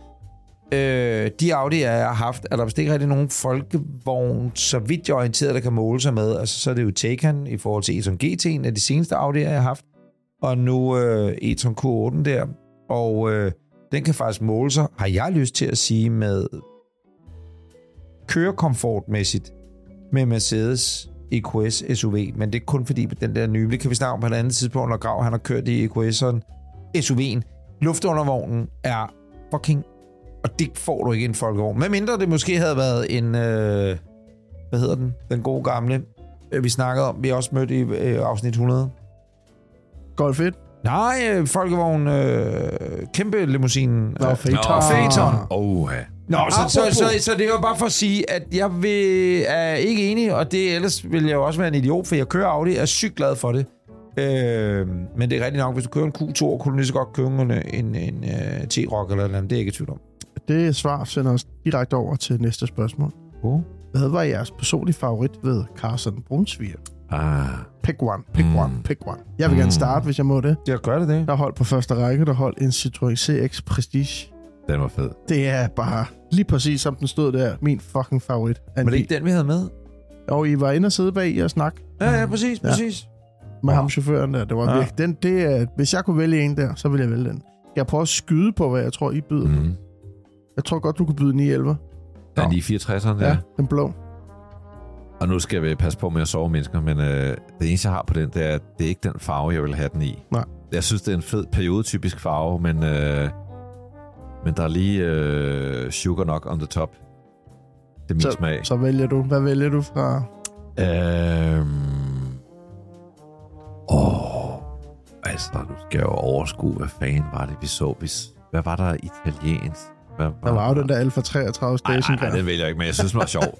Speaker 2: Øh, de Audi, jeg har haft, er der vist ikke rigtig nogen folkevogn, så vidt jeg er orienteret, der kan måle sig med. Altså, så er det jo Taycan i forhold til e-tron GT, en af de seneste Audi'er, jeg har haft. Og nu øh, e-tron Q8 der. Og øh, den kan faktisk måle sig, har jeg lyst til at sige, med kørekomfortmæssigt med Mercedes E EQS SUV. Men det er kun fordi, den der nye, det kan vi snakke om på et andet tidspunkt, når Grav han har kørt i E EQS'eren. SUV'en, luftundervognen er fucking... Og det får du ikke i en folkevogn. Med mindre det måske havde været en... Øh, hvad hedder den? Den gode gamle, øh, vi snakkede om, vi også mødte i øh, afsnit 100.
Speaker 3: Golf 1?
Speaker 2: Nej, øh, folkevogn, øh, kæmpe limousinen.
Speaker 3: Nå,
Speaker 2: Øh,
Speaker 3: Phaeton.
Speaker 2: Phaeton.
Speaker 4: Oh, ja.
Speaker 2: Nå, så, så,
Speaker 3: apropos.
Speaker 2: så, så, det var bare for at sige, at jeg vil, er ikke enig, og det ellers vil jeg jo også være en idiot, for jeg kører Audi, og er sygt glad for det. Øh, men det er rigtigt nok, hvis du kører en Q2, kunne du lige så godt købe en, en, en uh, T-Rock eller noget, andet. det er jeg ikke i tvivl om.
Speaker 3: Det svar sender os direkte over til næste spørgsmål.
Speaker 2: Oh.
Speaker 3: Hvad var jeres personlige favorit ved Carson Brunsviger?
Speaker 4: Ah,
Speaker 3: Pick one, pick
Speaker 2: Hmm.
Speaker 3: mm.
Speaker 4: Mm.
Speaker 3: one, pick one. Jeg vil gerne starte, hvis jeg må det.
Speaker 2: Jeg gør det, det.
Speaker 3: Der holdt på første række, der holdt en Citroën CX Prestige.
Speaker 4: den var fed.
Speaker 3: Det er bare lige præcis, som den stod der. Min fucking favorit. af en
Speaker 2: Var det
Speaker 3: bil.
Speaker 2: ikke den, vi havde med?
Speaker 3: Og I var inde og sidde bag i og snakke
Speaker 2: Ja, ja, præcis,
Speaker 3: Mm. Ja.
Speaker 2: præcis.
Speaker 3: med
Speaker 2: Ja.
Speaker 3: ham chaufføren der. Det var
Speaker 2: Ja.
Speaker 3: ja. virkelig, den, det er, hvis jeg kunne vælge en der, så ville jeg
Speaker 2: Hmm.
Speaker 3: vælge den. Jeg prøver at skyde på, hvad jeg tror, I byder. Mm.
Speaker 4: Mm.
Speaker 3: Jeg tror godt, du kunne byde 9 11.
Speaker 4: Der er lige 64'eren der.
Speaker 3: Ja,
Speaker 4: Ja.
Speaker 3: den blå.
Speaker 4: Og nu skal vi passe på med at sove mennesker, men øh, det eneste, jeg har på den, det er, at det er ikke den farve, jeg vil have den i.
Speaker 3: Nej.
Speaker 4: Jeg synes, det er en fed periodetypisk farve, men, øh, men der er lige øh, sugar nok on the top. Det er min smag.
Speaker 3: Så vælger du. Hvad vælger du fra?
Speaker 4: Øhm... Åh... Altså, nu skal jeg jo overskue, hvad fanden var det, vi så? Vi s- Hvad var der italiensk? Hvad var
Speaker 3: Der var jo den der Alfa 33
Speaker 4: Ej,
Speaker 3: Station.
Speaker 4: ej, ej, det vælger jeg ikke, men jeg synes, den var sjov.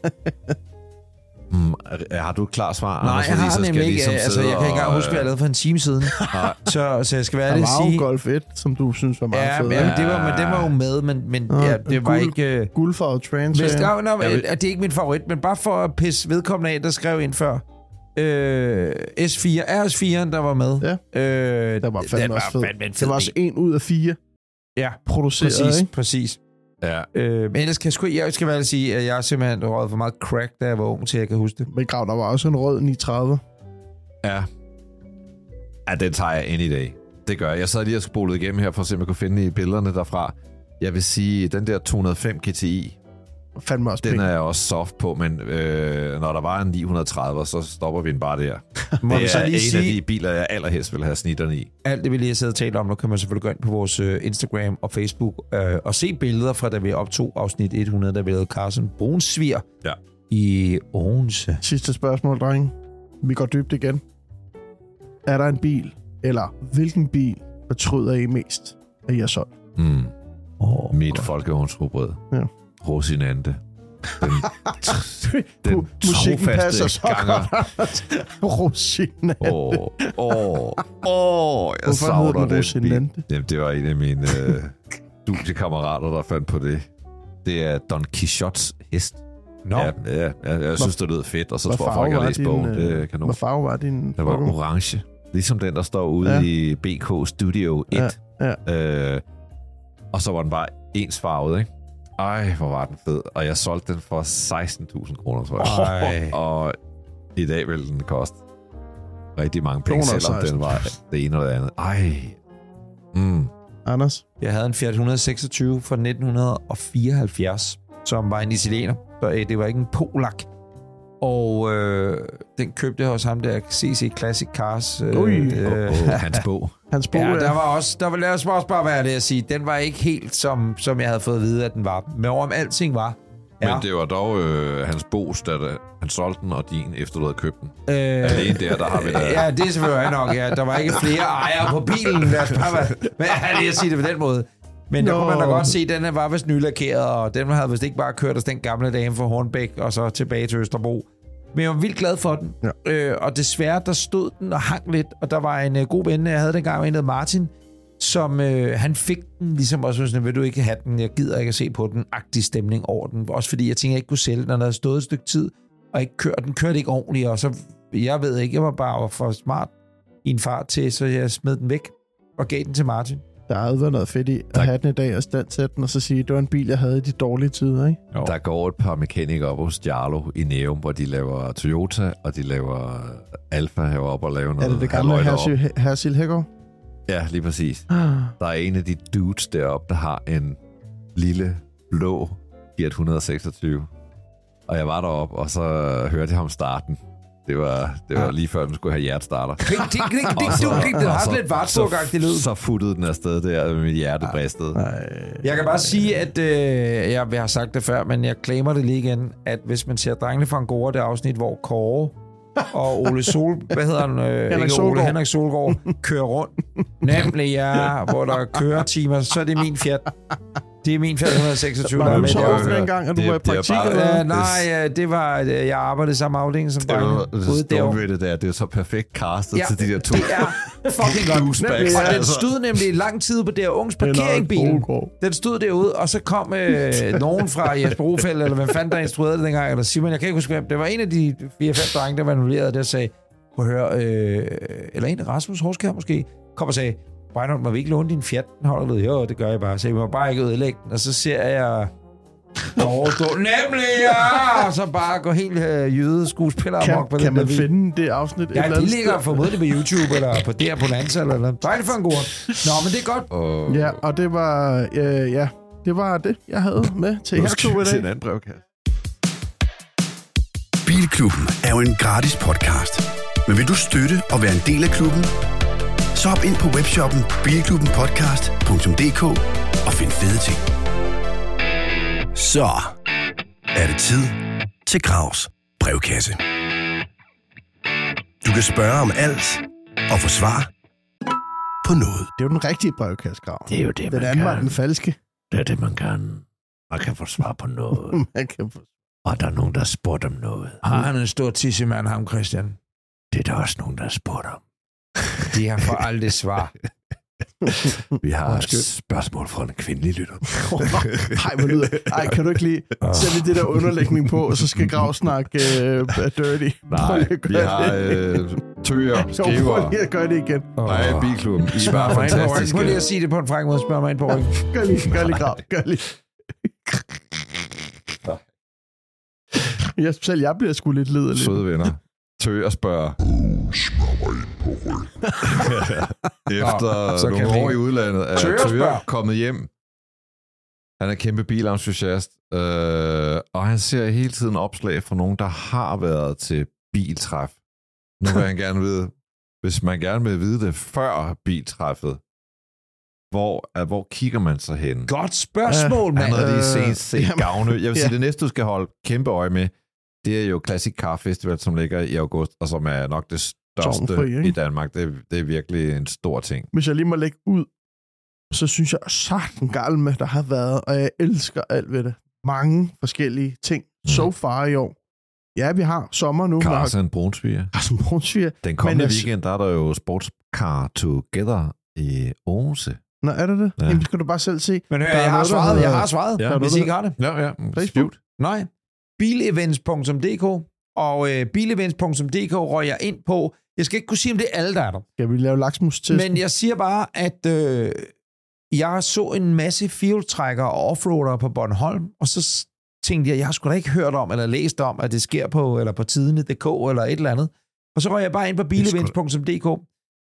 Speaker 4: Mm, er- har du et klart svar?
Speaker 2: Nej,
Speaker 4: Anders?
Speaker 2: jeg
Speaker 4: Fordi
Speaker 2: har
Speaker 4: så skal
Speaker 2: nemlig ikke,
Speaker 4: ligesom
Speaker 2: altså
Speaker 4: sidde
Speaker 2: jeg kan ikke engang
Speaker 4: og,
Speaker 2: huske, hvad jeg lavede for en time siden. så, så jeg skal være
Speaker 3: der
Speaker 2: det
Speaker 3: var
Speaker 2: sige...
Speaker 3: jo Golf 1, som du synes var meget
Speaker 2: Ja,
Speaker 3: fed.
Speaker 2: men,
Speaker 3: Ja.
Speaker 2: jamen, det var, men den var jo med, men, men
Speaker 3: Nå,
Speaker 2: ja, det var
Speaker 3: guld.
Speaker 2: ikke... Øh,
Speaker 3: Guldfarvet Trans.
Speaker 2: Hvis
Speaker 3: Am.
Speaker 2: der, no,
Speaker 4: Jeg
Speaker 2: jeg
Speaker 4: vil-
Speaker 2: det er ikke min favorit, men bare for at pisse vedkommende af, der skrev ind før. Øh, S4, RS4'en, der var med.
Speaker 3: Ja.
Speaker 2: Øh,
Speaker 3: Den var fandme også fed.
Speaker 2: fandme en fed
Speaker 3: Det var også
Speaker 2: bil.
Speaker 3: en ud af fire
Speaker 2: Ja,
Speaker 3: produceret,
Speaker 2: præcis,
Speaker 3: ikke?
Speaker 2: præcis.
Speaker 4: Ja,
Speaker 2: Øh, men ellers kan jeg, sgu, jeg skal være sige, at jeg simpelthen røget for meget crack, da jeg var ung, til jeg kan huske det.
Speaker 3: Men Grav, der var også en rød 930.
Speaker 4: ja. Ja, den tager jeg any day. Det gør jeg. Jeg sad lige og spolede igennem her, for at se, om jeg kunne finde i billederne derfra. Jeg vil sige, den der 205 GTI,
Speaker 3: Fandme også
Speaker 4: Den
Speaker 3: pæn.
Speaker 4: er jeg også soft på, men øh, når der var en 930, så stopper vi den bare der.
Speaker 2: Må
Speaker 4: det
Speaker 2: vi så
Speaker 4: er
Speaker 2: lige
Speaker 4: en
Speaker 2: sige,
Speaker 4: af de biler, jeg allerhelst vil have snitterne i.
Speaker 2: alt det, vi lige har siddet og talt om, nu kan man selvfølgelig gå ind på vores øh, Instagram og Facebook øh, og se billeder fra, da vi optog afsnit 100, da vi lavede Carsten Brunsviger
Speaker 4: Ja.
Speaker 2: i Odense.
Speaker 3: Sidste spørgsmål, drenge. Vi går dybt igen. Er der en bil, eller hvilken bil, fortryder I mest, at I har solgt?
Speaker 4: Mm.
Speaker 2: Oh,
Speaker 4: Mit folkeovnsrugbrød.
Speaker 3: Ja.
Speaker 4: Rosinante. Den, den
Speaker 3: musikken
Speaker 4: trofaste
Speaker 3: passer så
Speaker 4: ganger.
Speaker 3: godt. Rosina.
Speaker 4: Åh, åh, åh, jeg
Speaker 3: Hvorfor
Speaker 4: savner
Speaker 3: hedder den
Speaker 4: den
Speaker 3: Rosinante?
Speaker 4: bil. Jamen, det var en af mine øh, studiekammerater, der fandt på det. Det er Don Quixotes hest.
Speaker 2: Nå,
Speaker 4: Ja, ja, jeg, jeg synes, det lød fedt, og så tror jeg, folk har læst bogen.
Speaker 2: øh,
Speaker 4: Det er kanon.
Speaker 3: øh, Hvad farve var din?
Speaker 4: Der var
Speaker 3: fucking-
Speaker 4: orange. Ligesom den, der står ude
Speaker 3: Ja.
Speaker 4: ja. i BK Studio 1.
Speaker 3: Ja,
Speaker 4: Øh, og så var den bare ensfarvet, ikke? Ej, hvor var den fed. Og jeg solgte den for 16.000 kroner, tror jeg.
Speaker 2: Ej.
Speaker 4: Og i dag vil den koste rigtig mange penge, selvom
Speaker 3: 216.
Speaker 4: den var det ene eller det andet. Ej. Mm.
Speaker 3: Anders?
Speaker 2: Jeg havde en Fiat 126 fra 1974, som var en italiener. Så, øh, Det var ikke en polak. Og øh, den købte jeg hos ham der, CC Classic Cars. Øh,
Speaker 3: Ui.
Speaker 4: Øh.
Speaker 2: øh,
Speaker 4: Oh, oh, hans bog.
Speaker 3: Hans Bo,
Speaker 2: Ja, der var også, der var, lad os også bare være det at sige, den var ikke helt, som, som jeg havde fået at vide, at den var. Men om alting var,
Speaker 4: Ja.
Speaker 2: ja,
Speaker 4: Men det var dog øh, hans bogs, da det- han solgte den, og din efter du havde købt den.
Speaker 2: øh,
Speaker 4: Alene der, der har vi da...
Speaker 2: Ja, det er selvfølgelig rigtigt nok. Ja. Der var ikke flere ejere på bilen. Lad os bare være, hvad er det at sige det på den måde? Men der
Speaker 3: Nå.
Speaker 2: kunne man da godt se, at den her var vist nylakeret, og den havde vist ikke bare kørt os den gamle dame fra Hornbæk, og så tilbage til Østerbro. Men jeg var vildt glad for den. Ja. Øh, og desværre, der stod den og hang lidt, og der var en øh, god ven, jeg havde dengang, en hed Martin, som øh, han fik den ligesom også sådan, vil du ikke have den, jeg gider ikke at se på den, agtig stemning over den. Også fordi jeg tænkte, jeg ikke kunne sælge den, og den havde stået et stykke tid, og ikke kørt, den kørte ikke ordentligt, og så, jeg ved ikke, jeg var bare for smart i en fart til, så jeg smed den væk og gav den til Martin.
Speaker 3: der havde været noget fedt i at have den i dag og standsætte den, og så sige, det var en bil, jeg havde i de dårlige tider, ikke?
Speaker 4: Jo. Der går et par mekanikere op hos Jarlo i Nærum, hvor de laver Toyota, og de laver Alfa heroppe og laver noget.
Speaker 3: er det det gamle
Speaker 4: halløj deroppe.
Speaker 3: Hersil, Hersil Hækgaard?
Speaker 4: Ja, lige præcis.
Speaker 3: Ah.
Speaker 4: Der er en af de dudes deroppe, der har en lille blå Fiat 126. Og jeg var deroppe, og så hørte jeg ham starten. Det var, det var
Speaker 3: Ah.
Speaker 4: ja. lige før, den skulle have hjertestarter.
Speaker 2: Kring, ding, ding, ding, du, ding, det
Speaker 4: og
Speaker 2: har
Speaker 4: så-
Speaker 2: lidt vartsugagt, det lød.
Speaker 4: Så futtede den afsted der, og mit
Speaker 3: Ah.
Speaker 4: hjerte bristede.
Speaker 2: Jeg kan bare sige, at øh, jeg, jeg har sagt det før, men jeg claimer det lige igen, at hvis man ser Drengene fra Angora, det afsnit, hvor Kåre og Ole Sol, hvad hedder han? Øh, ikke Ole,
Speaker 3: Solgaard.
Speaker 2: Henrik Solgaard, kører rundt. Nemlig ja, hvor der kører timer, så er det min Fiat. Det er min Fiat 126, der
Speaker 3: Var
Speaker 2: er
Speaker 3: du
Speaker 2: med.
Speaker 3: så
Speaker 4: jeg
Speaker 3: også
Speaker 4: hører.
Speaker 3: dengang, at du
Speaker 4: Det-
Speaker 3: var i
Speaker 4: det er
Speaker 3: praktik?
Speaker 4: bare-
Speaker 3: eller
Speaker 2: Øh,
Speaker 3: hvad?
Speaker 4: Det-
Speaker 2: nej, øh, det var, øh, jeg arbejdede i samme afdeling som
Speaker 4: Det
Speaker 2: drenge.
Speaker 4: var det
Speaker 2: Ude
Speaker 4: dumme
Speaker 2: derovre.
Speaker 4: ved det der. Det er så perfekt castet
Speaker 2: Ja,
Speaker 4: ja, til de der to.
Speaker 2: Det er fucking godt.
Speaker 4: Douchebags,
Speaker 2: Og den
Speaker 4: altså.
Speaker 2: stod nemlig i lang tid på der unges
Speaker 3: Eller
Speaker 2: parkeringbilen.
Speaker 3: Solgaard.
Speaker 2: Den stod derude, og så kom øh, nogen fra Jesper Rofeld, eller hvem fanden der instruerede det dengang, eller Simon, jeg kan ikke huske hvem. Det var en af de fire-fem drenge, der var involveret, der sagde, prøv at høre, øh, eller en af Rasmus Horskær måske, kom og sagde, Brejnholm, må vi ikke låne din Fiat? Den holder ved, jo, det gør jeg bare. Så jeg må bare ikke ødelægge den. Og så ser jeg Åh, stå, nemlig, ja! Og så bare gå helt øh, jyde skuespiller amok på
Speaker 3: Kan, kan
Speaker 2: den der
Speaker 3: man
Speaker 2: video.
Speaker 3: finde det afsnit? et
Speaker 2: Ja,
Speaker 3: eller
Speaker 2: de
Speaker 3: andet
Speaker 2: ligger
Speaker 3: sted?
Speaker 2: formodentlig på YouTube, eller på der på Lanza, eller noget. Nej, det for en god. Nå, men det er godt.
Speaker 4: Og
Speaker 3: Ja, og det var, øh, ja, det var det, jeg havde med til jer
Speaker 4: Nu skal
Speaker 3: to i
Speaker 4: vi til en
Speaker 3: dag.
Speaker 4: anden brevkasse.
Speaker 1: Bilklubben er jo en gratis podcast. Men vil du støtte og være en del af klubben? Så hop ind på webshoppen bilklubbenpodcast.dk og find fede ting. Så er det tid til Gravs brevkasse. Du kan spørge om alt og få svar på noget.
Speaker 3: Det er jo den rigtige brevkassegrav.
Speaker 6: Det er jo det,
Speaker 3: Den
Speaker 6: man
Speaker 3: anden var
Speaker 6: kan.
Speaker 3: den falske.
Speaker 6: Det er det, man kan. Man kan få svar på noget.
Speaker 3: Man kan få-
Speaker 6: Og der er nogen, der har spurgt om noget.
Speaker 2: Har han en stor tissemand, ham Christian?
Speaker 6: Det er der også nogen, der har spurgt om.
Speaker 2: De har for aldrig svar.
Speaker 6: Vi har et
Speaker 3: Undskyld.
Speaker 6: spørgsmål fra en kvindelig lytter.
Speaker 3: Ej, hvor lyder Ej, kan du ikke lige sætte lidt det der underlægning på, og så skal Grav snakke øh, dirty? Prøv
Speaker 4: Nej,
Speaker 3: lige at
Speaker 4: vi
Speaker 3: gøre
Speaker 4: har
Speaker 3: det.
Speaker 4: øh, tøger,
Speaker 3: Jo, prøv
Speaker 4: skiver.
Speaker 3: lige at gøre det igen.
Speaker 4: Nej, bilklubben. I er bare
Speaker 2: Mig ind på ryggen.
Speaker 4: fantastiske.
Speaker 2: Prøv lige at sige det på en frank måde. Spørg mig ind på ryggen.
Speaker 3: Gør lige, gør lige, Grav. Gør lige. Jeg, selv jeg bliver sgu lidt lederlig.
Speaker 4: Søde venner. Tøger spørger. Efter
Speaker 2: så kan
Speaker 4: nogle
Speaker 2: vi-
Speaker 4: år i udlandet er
Speaker 2: Tøger
Speaker 4: Tøger,
Speaker 2: spørger.
Speaker 4: kommet hjem. Han er kæmpe bilentusiast, øh, og han ser hele tiden opslag fra nogen, der har været til biltræf. Nu vil han gerne vide, hvis man gerne vil vide det før biltræffet, hvor, at, hvor kigger man så hen?
Speaker 2: Godt spørgsmål,
Speaker 4: Han
Speaker 2: mand.
Speaker 4: havde lige
Speaker 3: Øh,
Speaker 4: set set
Speaker 3: jamen,
Speaker 4: gavne. Jeg vil sige,
Speaker 3: ja.
Speaker 4: det næste, du skal holde kæmpe øje med, det er jo Classic Car Festival, som ligger i august, og som er nok det
Speaker 3: Sorgenfri,
Speaker 4: største
Speaker 3: ikke?
Speaker 4: i Danmark. Det, er- det er virkelig en stor ting.
Speaker 3: hvis jeg lige må lægge ud, så synes jeg sådan gal med, der har været, og jeg elsker alt ved det. Mange forskellige ting. Mm. So far i år. Ja, vi har sommer nu. Vi
Speaker 4: Carlsen Brunsviger.
Speaker 3: har Carsten Brunsviger.
Speaker 4: Den kommende
Speaker 3: jeg-
Speaker 4: weekend, der er der jo Sportscar Together i Odense.
Speaker 3: Nå, er det det?
Speaker 4: Ja.
Speaker 3: Ja. Jamen, det skal du bare selv se.
Speaker 2: Men hør,
Speaker 3: Der er
Speaker 2: jeg har
Speaker 3: noget, der
Speaker 2: svaret. Jeg
Speaker 3: hedder-
Speaker 2: har svaret,
Speaker 4: Ja.
Speaker 2: ja, hvis I ikke har det.
Speaker 4: Ja, ja.
Speaker 3: Facebook.
Speaker 2: Nej. Bilevents.dk og øh, bilevents.dk røg jeg ind på. Jeg skal ikke kunne sige, om det er alle, der er der.
Speaker 3: Skal vi lave laksmus til?
Speaker 2: Men jeg siger bare, at øh, jeg så en masse fieldtrækkere og offroadere på Bornholm, og så s- tænkte jeg, jeg har sgu da ikke hørt om eller læst om, at det sker på, eller på tidene.dk eller et eller andet. Og så røg jeg bare ind på bilevents.dk,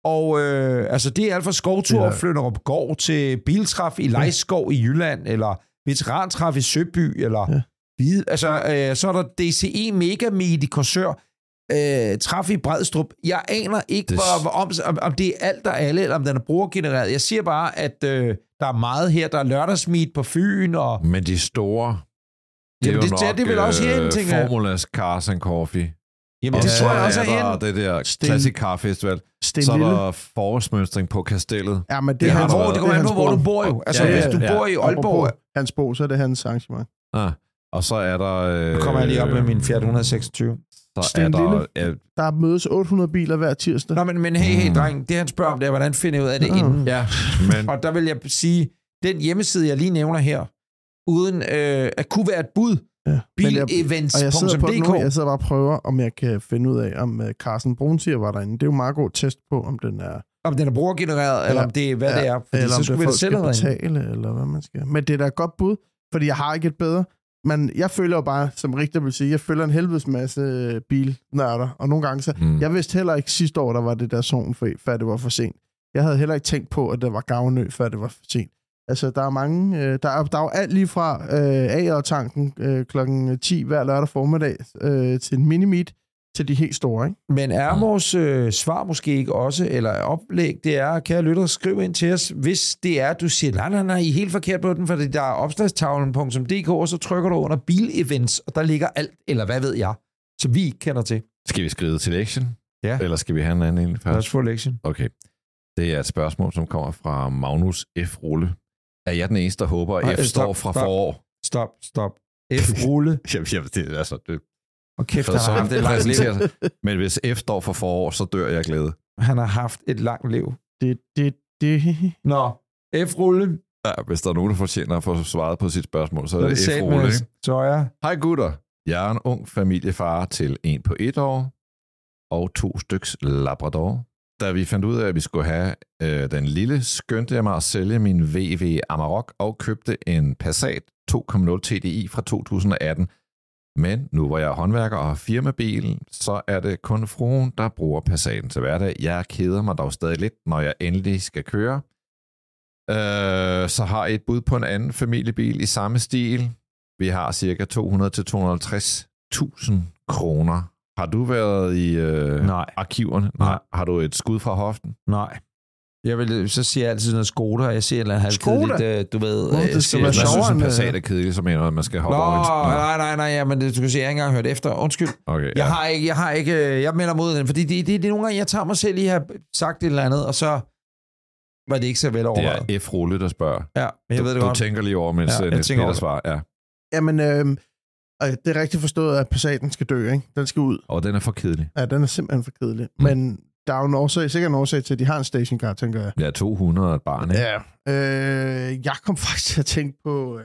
Speaker 2: og øh, altså det er alt fra skovtur
Speaker 3: Ja.
Speaker 2: ja. Flynderup Gård til biltræf i Lejskov i Jylland, eller veterantræf i Søby, eller
Speaker 3: Ja.
Speaker 2: ja. hvide. Altså, øh, så er der DCE Mega Meet i Korsør, øh, træf i Bredstrup. Jeg aner ikke,
Speaker 4: Det-
Speaker 2: det... Hvor, hvor, om, om- om det er alt og alle, eller om den er brugergenereret. Jeg siger bare, at øh, der er meget her. Der er lørdagsmeet på Fyn, og
Speaker 4: Men de store... Det er
Speaker 2: Jamen,
Speaker 4: jo
Speaker 2: det-
Speaker 4: nok, øh,
Speaker 2: det- det er vel også herinde, tænker jeg.
Speaker 4: Formulas Cars and Coffee.
Speaker 2: jamen, det
Speaker 4: så
Speaker 2: tror jeg også
Speaker 4: er
Speaker 2: er
Speaker 4: der
Speaker 2: hen.
Speaker 4: det der
Speaker 3: Sten-
Speaker 4: Classic Car Festival.
Speaker 3: Sten
Speaker 4: Så er
Speaker 3: Lille.
Speaker 4: der forårsmønstring på Kastellet.
Speaker 3: Ja, men det,
Speaker 4: Det
Speaker 3: er
Speaker 4: har
Speaker 3: hans,
Speaker 4: der
Speaker 2: Hvor,
Speaker 4: været.
Speaker 2: det kommer an på, hvor du
Speaker 3: bor.
Speaker 2: bor jo. Altså,
Speaker 4: Ja, ja,
Speaker 2: hvis du
Speaker 4: ja.
Speaker 2: bor i Aalborg,
Speaker 3: Hans bor, så er det hans arrangement.
Speaker 4: Ah, og så er der... Øh,
Speaker 2: nu kommer jeg lige op med min Fiat 126.
Speaker 4: Så er
Speaker 3: Sten
Speaker 4: der,
Speaker 3: Lille.
Speaker 4: ja,
Speaker 3: Der mødes 800 biler hver tirsdag.
Speaker 2: Nå, men, men hey, hey,
Speaker 4: Mm.
Speaker 2: dreng, det han spørger om, det er, hvordan finder jeg ud af det
Speaker 3: Mm.
Speaker 2: inden?
Speaker 4: ja, men
Speaker 2: Og der vil jeg sige, den hjemmeside, jeg lige nævner her, uden øh, at kunne være et bud,
Speaker 3: Ja. Men jeg- Og jeg sidder på det nu, jeg
Speaker 2: bilevents.dk.
Speaker 3: sidder bare og prøver, om jeg kan finde ud af, om øh, Carsten Brunsiger var derinde. Det er jo en meget god test på, om den er
Speaker 2: Om den er brugergenereret, eller
Speaker 3: Ja.
Speaker 2: om det er, hvad
Speaker 3: Ja.
Speaker 2: det er. Fordi
Speaker 3: eller
Speaker 2: så
Speaker 3: om
Speaker 2: skulle
Speaker 3: det
Speaker 2: vi
Speaker 3: er,
Speaker 2: da
Speaker 3: folk
Speaker 2: selv
Speaker 3: skal
Speaker 2: have været inde.
Speaker 3: betale, eller hvad man skal. Men det er da et godt bud, fordi jeg har ikke et bedre. Men jeg følger jo bare, som Richter vil sige, jeg følger en helvedes masse øh, bilnørder, og nogle gange så...
Speaker 4: mm,
Speaker 3: Jeg vidste heller ikke sidste år, der var det der zone, før, før det var for sent. Jeg havde heller ikke tænkt på, at der var gavnø, før det var for sent. Altså, der er mange... Øh, der, er, der er jo alt lige fra øh, AR-tanken øh, kl. 10 hver lørdag formiddag øh, til en mini-meet til de helt store, ikke?
Speaker 2: Men
Speaker 4: Ah.
Speaker 2: er vores øh, svar måske ikke også, eller oplæg, det er, kære lytter, skriv ind til os, hvis det er, du siger, nej, nej, nej, I er helt forkert på den, fordi der er opslagstavlen.dk, og så trykker du under bilevents, og der ligger alt, eller hvad ved jeg, som vi ikke kender til.
Speaker 4: skal vi skrive til action?
Speaker 2: Ja.
Speaker 4: Eller skal vi have en anden egentlig
Speaker 2: Lad
Speaker 4: først?
Speaker 2: os få lektion.
Speaker 4: Okay. Det er et spørgsmål, som kommer fra Magnus F. Rulle. Er jeg den eneste, der håber,
Speaker 2: Nej,
Speaker 4: at F står
Speaker 2: stop,
Speaker 4: fra
Speaker 2: stop.
Speaker 4: forår?
Speaker 2: Stop, stop. F-rulle.
Speaker 4: Jamen, jamen, det er altså... Det,
Speaker 2: Og kæft, han
Speaker 4: så
Speaker 2: har
Speaker 4: han
Speaker 2: haft et langt liv.
Speaker 4: præsenterer sig. Men hvis F står for forår, så dør jeg af glæde.
Speaker 2: Han har haft et langt liv.
Speaker 3: Det, det, det,
Speaker 2: Nå, F-rulle.
Speaker 4: Ja, hvis der er nogen, der fortjener at få svaret på sit spørgsmål, så
Speaker 2: Så
Speaker 4: er
Speaker 2: er
Speaker 4: det
Speaker 2: det
Speaker 4: F.
Speaker 2: sat
Speaker 4: Rulle.
Speaker 2: med
Speaker 4: ikke?
Speaker 2: tøjer.
Speaker 4: Hej gutter. Jeg er en ung familiefar til en på et år og to styks Labrador. Da vi fandt ud af, at vi skulle have øh, den lille, skyndte jeg mig at sælge min VW Amarok og købte en Passat 2.0 TDI fra 2018. Men nu hvor jeg er håndværker og har firmabil, så er det kun fruen, der bruger Passaten til hverdag. Jeg keder mig dog stadig lidt, når jeg endelig skal køre. Øh, så har I et bud på en anden familiebil i samme stil. Vi har cirka 200-250 1000 kroner. Har du været i øh,
Speaker 2: Nej,
Speaker 4: arkiverne?
Speaker 2: Nej.
Speaker 4: Har du et skud fra hoften?
Speaker 2: nej. Jeg vil, så siger jeg altid noget Skoda, og jeg siger et eller andet
Speaker 3: Skoda?
Speaker 2: halvkedeligt, øh, du ved...
Speaker 3: Hvorfor det skal
Speaker 2: siger-
Speaker 3: være
Speaker 4: Jeg synes,
Speaker 3: sjovere
Speaker 4: en
Speaker 3: end, øh,
Speaker 4: Passat er kedelig, som mener, at man skal
Speaker 2: Nå,
Speaker 4: hoppe over. en- Nå,
Speaker 2: nej, nej, nej, ja, men det, du kan se, jeg har ikke engang hørt efter. Undskyld.
Speaker 4: Okay,
Speaker 2: Jeg har ikke, jeg har ikke, øh, jeg melder mod den, fordi det, det, det er nogle gange, jeg tager mig selv i at have sagt et eller andet, og så var det ikke så vel
Speaker 4: Det
Speaker 2: overvejet.
Speaker 4: er F. Rulle, der spørger.
Speaker 2: Ja, men jeg
Speaker 4: du,
Speaker 2: ved det
Speaker 4: du
Speaker 2: godt.
Speaker 4: tænker lige over, mens
Speaker 2: Ja,
Speaker 4: ja,
Speaker 2: jeg
Speaker 4: Niels
Speaker 2: tænker
Speaker 4: Peter
Speaker 2: over
Speaker 4: svarer. Ja.
Speaker 3: Jamen, øh, øh, det er rigtigt forstået, at Passaten skal dø, ikke? Den skal ud.
Speaker 4: Og den er for kedelig.
Speaker 3: Ja, den er simpelthen for kedelig. Mm. Men der er jo en årsag, sikkert en årsag til, at de har en stationcar, tænker jeg.
Speaker 4: Ja, 200 og et barn, ikke? Ja.
Speaker 3: Ja. Øh, jeg kom faktisk til at tænke på... Øh,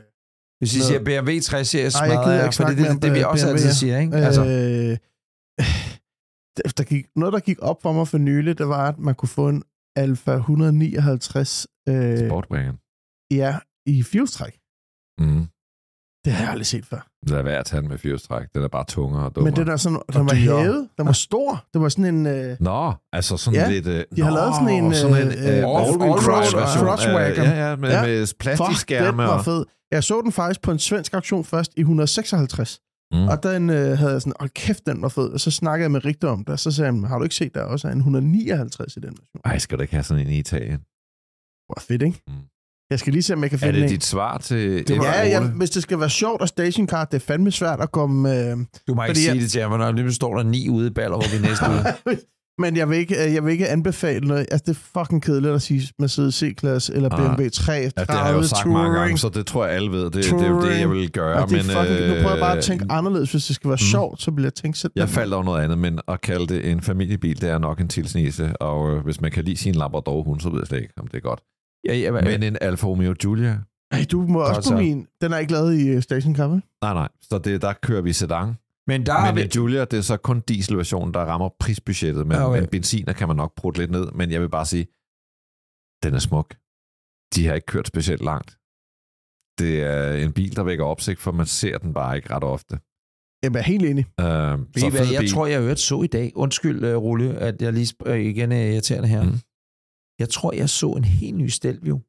Speaker 2: Hvis I
Speaker 3: Noget-
Speaker 2: siger BMW 3-serie
Speaker 3: Nej, jeg
Speaker 2: smadret,
Speaker 3: gider
Speaker 2: ja,
Speaker 3: ikke
Speaker 2: fordi
Speaker 3: snakke
Speaker 2: det er
Speaker 3: mere
Speaker 2: det, det, vi
Speaker 3: om, øh,
Speaker 2: også
Speaker 3: BMW,
Speaker 2: altid
Speaker 3: ja.
Speaker 2: siger, ikke?
Speaker 3: øh,
Speaker 2: Altså,
Speaker 3: altså. der gik, noget, der gik op for mig for nylig, det var, at man kunne få en Alfa 159 øh,
Speaker 4: Sportwagen.
Speaker 3: ja, i fjolstræk.
Speaker 4: Mm.
Speaker 3: Det har jeg aldrig set før.
Speaker 4: Lad være at tage den med firestræk. Den er bare tungere og
Speaker 3: Dummer.
Speaker 4: dummere.
Speaker 3: Men den, er sådan, den var
Speaker 2: dyrere.
Speaker 3: hævet, den var stor. Det var sådan en... Øh,
Speaker 4: Nå, altså sådan
Speaker 3: Ja,
Speaker 4: lidt... Øh,
Speaker 3: de har
Speaker 4: nå,
Speaker 3: lavet sådan en,
Speaker 4: Sådan en
Speaker 3: øh,
Speaker 4: øh,
Speaker 3: øh,
Speaker 4: all-wheel
Speaker 3: all-road
Speaker 4: drive version.
Speaker 3: crosswagon.
Speaker 4: Ja, ja, med,
Speaker 3: Ja.
Speaker 4: med
Speaker 3: fuck, den
Speaker 4: plastikskærme.
Speaker 3: var
Speaker 4: Og,
Speaker 3: fed. Jeg så den faktisk på en svensk auktion først i 156.
Speaker 4: mm.
Speaker 3: Og den øh, havde jeg sådan, hold kæft, den var fed. Og så snakkede jeg med Rigter om det, og så sagde han, har du ikke set, der også er en 159 i den version?
Speaker 4: Ej, skal du ikke have sådan en i Italien?
Speaker 3: Hvor fedt, ikke?
Speaker 4: Mm.
Speaker 3: Mm. Jeg skal lige se, om jeg kan
Speaker 4: Er
Speaker 3: finde
Speaker 4: det
Speaker 3: en.
Speaker 4: dit svar til...
Speaker 3: Det
Speaker 4: F.
Speaker 3: var, ja,
Speaker 4: Rulle?
Speaker 3: ja, hvis det skal være sjovt og stationcar, det er fandme svært at komme... Øh,
Speaker 2: du må ikke
Speaker 3: fordi
Speaker 2: sige
Speaker 3: jeg-
Speaker 2: det til ham, for når lige står der ni ude i Ballerup i næste uge.
Speaker 3: men jeg vil, ikke, øh, jeg vil ikke anbefale noget. Altså, det er fucking kedeligt at sige Mercedes C-klasse eller
Speaker 4: Ah.
Speaker 3: BMW 3. Ja,
Speaker 4: Ja, det har jeg jo sagt mange gange, så det tror jeg alle ved. Det, det er jo det, jeg vil gøre.
Speaker 3: Ja, det er
Speaker 4: men,
Speaker 3: fucking, nu prøver jeg bare at
Speaker 4: øh,
Speaker 3: tænke anderledes. Hvis det skal være
Speaker 4: Mm.
Speaker 3: sjovt, så bliver jeg tænkt sådan.
Speaker 4: Jeg faldt over noget andet, men at kalde det en familiebil, det er nok en tilsnigelse. Og øh, hvis man kan lide sin Labrador-hund, så ved jeg slet ikke, om det er godt.
Speaker 2: Ja, ja, men,
Speaker 4: Men en Alfa Romeo Giulia?
Speaker 3: Ej, du må også på
Speaker 2: så.
Speaker 3: min. Den er ikke lavet i øh, stationcar, vel?
Speaker 4: Nej, nej. Så det, der kører vi sedan.
Speaker 2: men der
Speaker 4: Ah,
Speaker 2: er
Speaker 4: men
Speaker 2: vi...
Speaker 4: en Giulia, det er så kun dieselversionen, der rammer prisbudgettet. Men,
Speaker 2: Ah, okay.
Speaker 4: men benziner kan man nok prutte lidt ned. Men jeg vil bare sige, den er smuk. De har ikke kørt specielt langt. Det er en bil, der vækker opsigt, for man ser den bare ikke ret ofte.
Speaker 3: Jamen, jeg er helt enig.
Speaker 4: Øh,
Speaker 2: Ved I hvad, jeg tror, jeg i øvrigt så i dag, undskyld uh, Rulle, at jeg lige sp- øh, igen er irriterende her.
Speaker 4: Mm.
Speaker 2: Mm. Jeg tror, jeg så en helt ny Stelvio.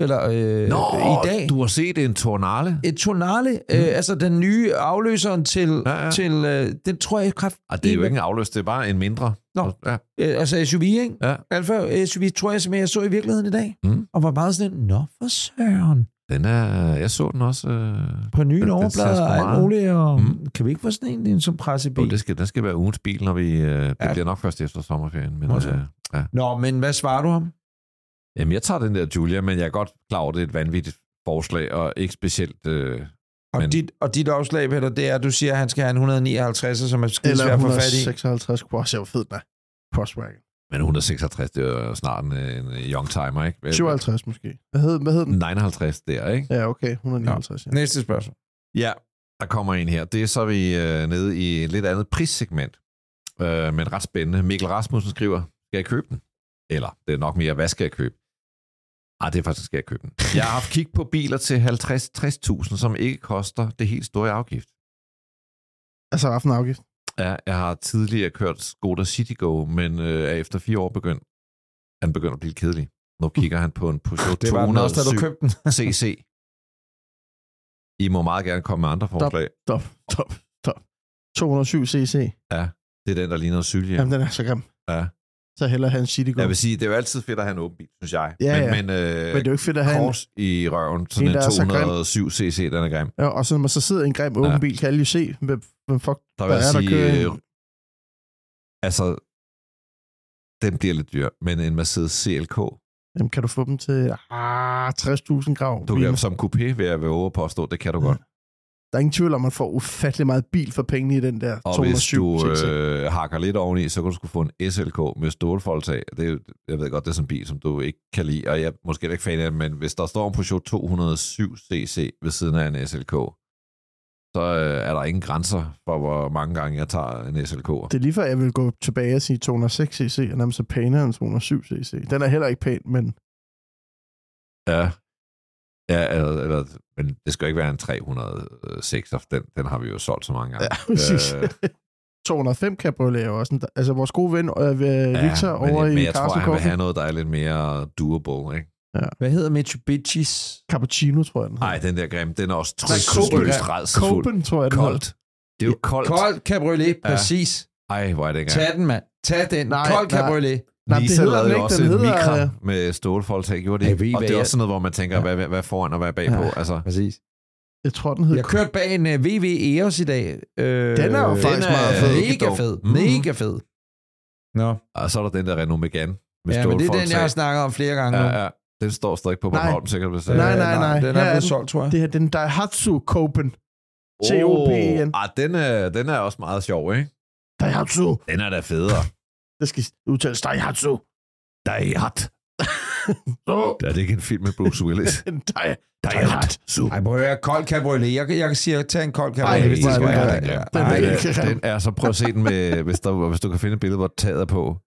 Speaker 2: Eller øh,
Speaker 4: Nå,
Speaker 2: i dag.
Speaker 4: du har set en Tornale?
Speaker 2: Et tonale, mm. øh, altså den nye afløseren til,
Speaker 4: Ja,
Speaker 2: ja,
Speaker 4: ja.
Speaker 2: ja. til øh, den tror jeg kraft...
Speaker 4: Ah, det er jo ikke en afløs, det er bare en mindre.
Speaker 2: Nå.
Speaker 4: Ja,
Speaker 2: Øh, altså SUV, ikke?
Speaker 4: ja.
Speaker 2: Alfa SUV, tror jeg simpelthen, jeg så i virkeligheden i dag.
Speaker 4: Mm.
Speaker 2: Og var meget sådan, en, nå for søren.
Speaker 4: Den er, jeg så den også. Øh,
Speaker 2: På nye
Speaker 4: Den- den ser
Speaker 2: nummerplader
Speaker 4: sgu
Speaker 2: og alt
Speaker 4: meget-
Speaker 2: muligt. Og,
Speaker 4: Mm.
Speaker 2: mm. Kan vi ikke få sådan en, en som pressebil?
Speaker 4: jo, det skal, den skal være ugens bil, når vi... Øh, det
Speaker 2: Ja.
Speaker 4: bliver nok først efter sommerferien. Men,
Speaker 2: Nå, så.
Speaker 4: øh,
Speaker 2: Nå, men hvad svarer du ham?
Speaker 4: jamen, jeg tager den der Julia, men jeg er godt klar over, det er et vanvittigt forslag, og ikke specielt... Øh,
Speaker 2: Og,
Speaker 4: Men-
Speaker 2: men, dit, og dit opslag, Peter, det er, at du siger, at han skal have en 159, som er skide
Speaker 3: Eller
Speaker 2: svær at få fat i.
Speaker 3: 156 cross. Jeg var fed, nej. Crosswagon.
Speaker 4: men 156, det er jo snart en, øh, en young timer, ikke? Hvad-
Speaker 3: 57 måske. Hvad hed, hvad hed den?
Speaker 4: 59 der, ikke?
Speaker 3: Ja, okay. 159. Ja.
Speaker 2: Næste spørgsmål.
Speaker 4: Ja, der kommer en her. Det er så vi øh, nede i et lidt andet prissegment, øh, men ret spændende. Mikkel Rasmussen skriver, skal jeg købe den? Eller det er nok mere, hvad skal jeg købe? Ah, det er faktisk, skal jeg købe den. Jeg har haft kig på biler til 50-60.000, som ikke koster det helt store i afgift.
Speaker 3: Altså aftenafgift.
Speaker 4: Ja, jeg har tidligere kørt Skoda Citigo, men øh, er efter fire år begyndt, han begynder at blive kedelig. Nu kigger han på en Peugeot
Speaker 2: Det var den også, da du
Speaker 4: 207
Speaker 2: købte den.
Speaker 4: CC. I må meget gerne komme med andre forslag.
Speaker 3: Stop, stop, stop. 207 cc.
Speaker 4: Det er den, der ligner en sylje.
Speaker 3: Jamen, den er så grim.
Speaker 4: Ja.
Speaker 3: Så heller han City Go.
Speaker 4: Jeg vil sige, det er jo altid fedt at have en åben bil, synes jeg.
Speaker 3: Ja,
Speaker 4: men,
Speaker 3: ja.
Speaker 4: men, øh,
Speaker 3: Men det er jo ikke fedt at have en...
Speaker 4: kors i røven, sådan
Speaker 3: En,
Speaker 4: en,
Speaker 3: der er så grim.
Speaker 4: 207 cc, den er grim.
Speaker 3: Ja, og så når man så sidder i en grim åben
Speaker 4: Ja.
Speaker 3: ja. bil, kan alle jo se, hvem, hvem fuck
Speaker 4: Der vil
Speaker 3: der
Speaker 4: jeg
Speaker 3: er, der
Speaker 4: sige,
Speaker 3: kører.
Speaker 4: øh, altså, den bliver lidt dyr, men en Mercedes CLK,
Speaker 3: Jamen, kan du få dem til ah, 60.000 grav?
Speaker 4: du
Speaker 3: biler?
Speaker 4: kan, som coupé vil jeg våge at påstå, det kan du
Speaker 3: Ja.
Speaker 4: godt.
Speaker 3: Der er ingen tvivl om, at man får ufattelig meget bil for pengene i den der
Speaker 4: Og hvis
Speaker 3: 207
Speaker 4: du
Speaker 3: cc.
Speaker 4: øh, hakker lidt oveni, så kan du skulle få en SLK med stålfoldtag. Det er, jo- jeg ved godt, det er sådan en bil, som du ikke kan lide, og jeg er måske ikke fan af den, men hvis der står en Peugeot 207 cc ved siden af en SLK, så øh, er der ingen grænser for, hvor mange gange jeg tager en SLK.
Speaker 3: Det er lige før, jeg vil gå tilbage og sige 206 cc, og nærmest er pænere end 207 cc. Den er heller ikke pæn, men
Speaker 4: Ja. Ja, eller, eller, men det skal jo ikke være en 306, for den, den har vi jo solgt så mange gange.
Speaker 3: ja, præcis.
Speaker 4: Øh,
Speaker 3: 205 Cabriolet er jo også en, altså vores gode ven øh,
Speaker 4: ja,
Speaker 3: Victor ja,
Speaker 4: men,
Speaker 3: over
Speaker 4: men
Speaker 3: i
Speaker 4: jeg tror,
Speaker 3: Carsten
Speaker 4: han vil have noget, der er lidt mere doable, ikke?
Speaker 2: Hvad hedder Mitsubishi's?
Speaker 3: Cappuccino, tror jeg den hedder.
Speaker 4: Nej, den der grim, den er også
Speaker 3: Nej, Copen.
Speaker 4: tryksløst rædselsfuld.
Speaker 3: Copen, tror jeg den
Speaker 4: Koldt. Det er jo koldt.
Speaker 2: Kold cabriolet,
Speaker 4: Ja.
Speaker 2: præcis.
Speaker 4: Ej, hvor er det ikke
Speaker 2: Tag den, mand. Tag den.
Speaker 3: Nej,
Speaker 2: Kold
Speaker 3: nej.
Speaker 2: cabriolet.
Speaker 3: Nej, det
Speaker 4: Lisa
Speaker 3: hedder
Speaker 4: lavede
Speaker 3: den
Speaker 4: jo
Speaker 3: ikke.
Speaker 4: også
Speaker 3: Den
Speaker 4: en
Speaker 3: hedder...
Speaker 4: mikra
Speaker 3: øh,
Speaker 4: med stålfoldtag, gjorde
Speaker 2: Jeg
Speaker 4: det
Speaker 2: ved,
Speaker 4: ikke? Og
Speaker 2: hvad
Speaker 4: det er
Speaker 2: jeg-
Speaker 4: også sådan noget, hvor man tænker,
Speaker 2: Ja.
Speaker 4: hvad, hvad, hvad foran og hvad bagpå. Altså,
Speaker 2: Præcis.
Speaker 3: Jeg tror, den hedder...
Speaker 2: Jeg kørte bag en uh, VW Eos i dag. Øh,
Speaker 3: Den er jo faktisk meget fed.
Speaker 2: Mega fed.
Speaker 4: Mhm.
Speaker 2: Mega fed. Nå.
Speaker 4: og så er der den der Renault Megane med
Speaker 2: Ja, men det er den, jeg har snakket om flere gange nu.
Speaker 4: Ja, ja. Den står stadig på
Speaker 3: Nej.
Speaker 4: Bornholm, sikkert. Hvis
Speaker 2: Øh,
Speaker 3: Nej, nej, nej.
Speaker 2: Den
Speaker 3: Her
Speaker 2: er
Speaker 3: er
Speaker 2: blevet
Speaker 3: den.
Speaker 2: solgt, tror jeg.
Speaker 3: Det her, den Daihatsu Copen. C-O-P-E-N.
Speaker 4: Ah, den, er, den er også meget sjov, ikke?
Speaker 3: Daihatsu.
Speaker 4: Den er da federe.
Speaker 3: Det skal udtales Daihatsu.
Speaker 4: Daihat.
Speaker 3: Så.
Speaker 4: Er det ikke en film med Bruce Willis?
Speaker 3: En Dai.
Speaker 4: Daihatsu.
Speaker 2: Ej, prøv at høre, kold cabriolet. Jeg, jeg kan sige, at tag en kold cabriolet,
Speaker 3: Ej,
Speaker 2: hvis det
Speaker 3: nej,
Speaker 2: skal
Speaker 3: nej,
Speaker 2: være.
Speaker 3: nej,
Speaker 2: Ja.
Speaker 3: nej.
Speaker 2: Ej,
Speaker 4: Ej,
Speaker 3: Den er-
Speaker 4: ja, den er så prøv at se den med, hvis, der, hvis du kan finde et billede, hvor taget er på.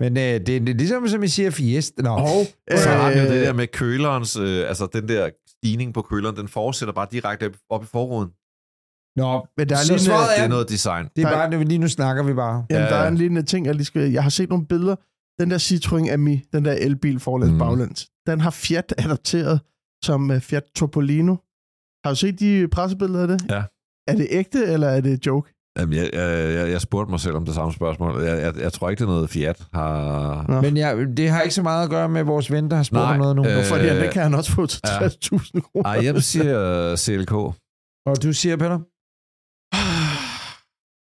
Speaker 2: Men øh, det er ligesom, som I siger, Fiesta. Nå,
Speaker 3: Og
Speaker 4: Så har den jo
Speaker 3: øh,
Speaker 4: det der med kølerens, øh, altså den der stigning på køleren, den fortsætter bare direkte op- op i forruden.
Speaker 2: Nå
Speaker 3: Men der er
Speaker 2: Så
Speaker 3: lige en,
Speaker 2: svaret
Speaker 3: øh,
Speaker 4: Det er
Speaker 2: Ja.
Speaker 4: noget design.
Speaker 2: det er
Speaker 3: Nej.
Speaker 2: bare, lige nu snakker vi bare.
Speaker 3: jamen,
Speaker 4: Ja,
Speaker 3: der
Speaker 4: ja.
Speaker 3: er en lignende ting, jeg lige skal... Jeg har set nogle billeder. Den der Citroën Ami, den der elbil forlæns
Speaker 4: Mm.
Speaker 3: mm. baglæns, den har Fiat adopteret som øh, Fiat Topolino. Har du set de pressebilleder af det?
Speaker 4: Ja.
Speaker 3: Er det ægte, eller er det en joke?
Speaker 4: Jamen, jeg, jeg, jeg, jeg spurgte mig selv om det samme spørgsmål. Jeg, jeg, jeg tror ikke, det er noget Fiat har...
Speaker 3: Nå.
Speaker 2: Men ja, det har ikke så meget at gøre med vores ven, der har spurgt
Speaker 4: Nej,
Speaker 2: om noget nu.
Speaker 4: øh,
Speaker 3: Hvorfor øh, det, den kan han også få til
Speaker 4: ja.
Speaker 3: 60.000 kroner.
Speaker 4: Ej, jeg siger øh, CLK.
Speaker 2: Og du siger, Peter?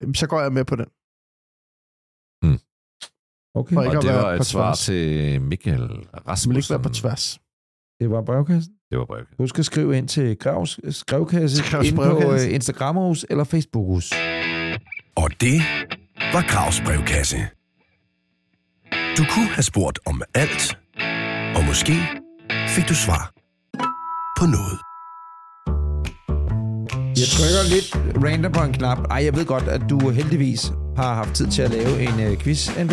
Speaker 3: Jamen, Så går jeg med på den.
Speaker 2: Okay.
Speaker 3: For
Speaker 4: Og
Speaker 3: ikke at
Speaker 4: det
Speaker 3: være
Speaker 4: var
Speaker 3: på
Speaker 4: et svar
Speaker 3: tværs.
Speaker 4: til Michael
Speaker 3: Det vil ikke
Speaker 4: Rasmussen.
Speaker 3: være på tværs.
Speaker 2: Det var brevkassen.
Speaker 4: Det var brevet.
Speaker 2: Du skal skrive ind til Gravs, Skrevkasse,
Speaker 3: Skrevs
Speaker 2: ind på
Speaker 3: brevkasse.
Speaker 2: øh, Instagramhus eller Facebookhus.
Speaker 1: Og det var Gravs brevkasse. Du kunne have spurgt om alt, og måske fik du svar på noget.
Speaker 2: Jeg trykker lidt random på en knap. Ej, jeg ved godt, at du heldigvis har haft tid til at lave en øh, quiz, NB.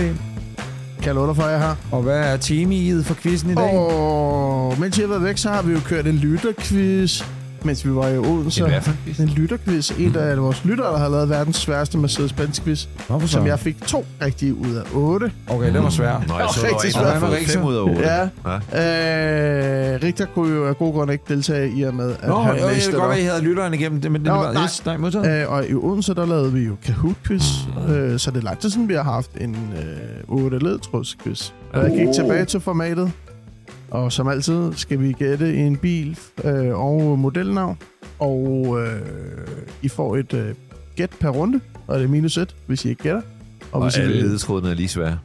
Speaker 3: Kan jeg love dig for, at jeg har?
Speaker 2: Og hvad er temaet for quizzen i dag?
Speaker 3: Og mens jeg har været væk, så har vi jo kørt en lytterquiz, mens vi var i Odense.
Speaker 4: En hvad for
Speaker 3: En lytterquiz. En af vores lyttere, der har lavet verdens sværeste Mercedes-Benz-quiz,
Speaker 2: Hvorfor
Speaker 3: som jeg fik to rigtige ud af otte.
Speaker 2: Okay, den var svær.
Speaker 4: Nå, jeg
Speaker 3: var
Speaker 4: så, der var
Speaker 3: rigtig
Speaker 4: en, der havde
Speaker 2: svært.
Speaker 4: fået fem ud af otte.
Speaker 3: Ja.
Speaker 4: ja.
Speaker 3: Øh, Richter kunne jo af gode grunde ikke deltage i og med, at
Speaker 2: Nå,
Speaker 3: han
Speaker 2: jo, jeg
Speaker 3: læste
Speaker 2: ved
Speaker 3: det
Speaker 2: godt, at I
Speaker 3: op.
Speaker 2: havde lytteren igennem det, men det
Speaker 3: Nå,
Speaker 2: var
Speaker 3: nej.
Speaker 2: yes, nej, modtaget.
Speaker 3: Øh, og i Odense, der lavede vi jo Kahoot-quiz, øh, så det er lang tid siden, vi har haft en øh, 8 ledtråds-quiz. Og jeg
Speaker 2: Oh.
Speaker 3: gik tilbage til formatet, og som altid skal vi gætte en bil øh, og modelnavn, og øh, I får et øh, gæt per runde, og det er minus et, hvis I ikke gætter.
Speaker 4: Og,
Speaker 3: hvis I
Speaker 4: alle
Speaker 3: vil-
Speaker 4: ledetrådene er lige svære.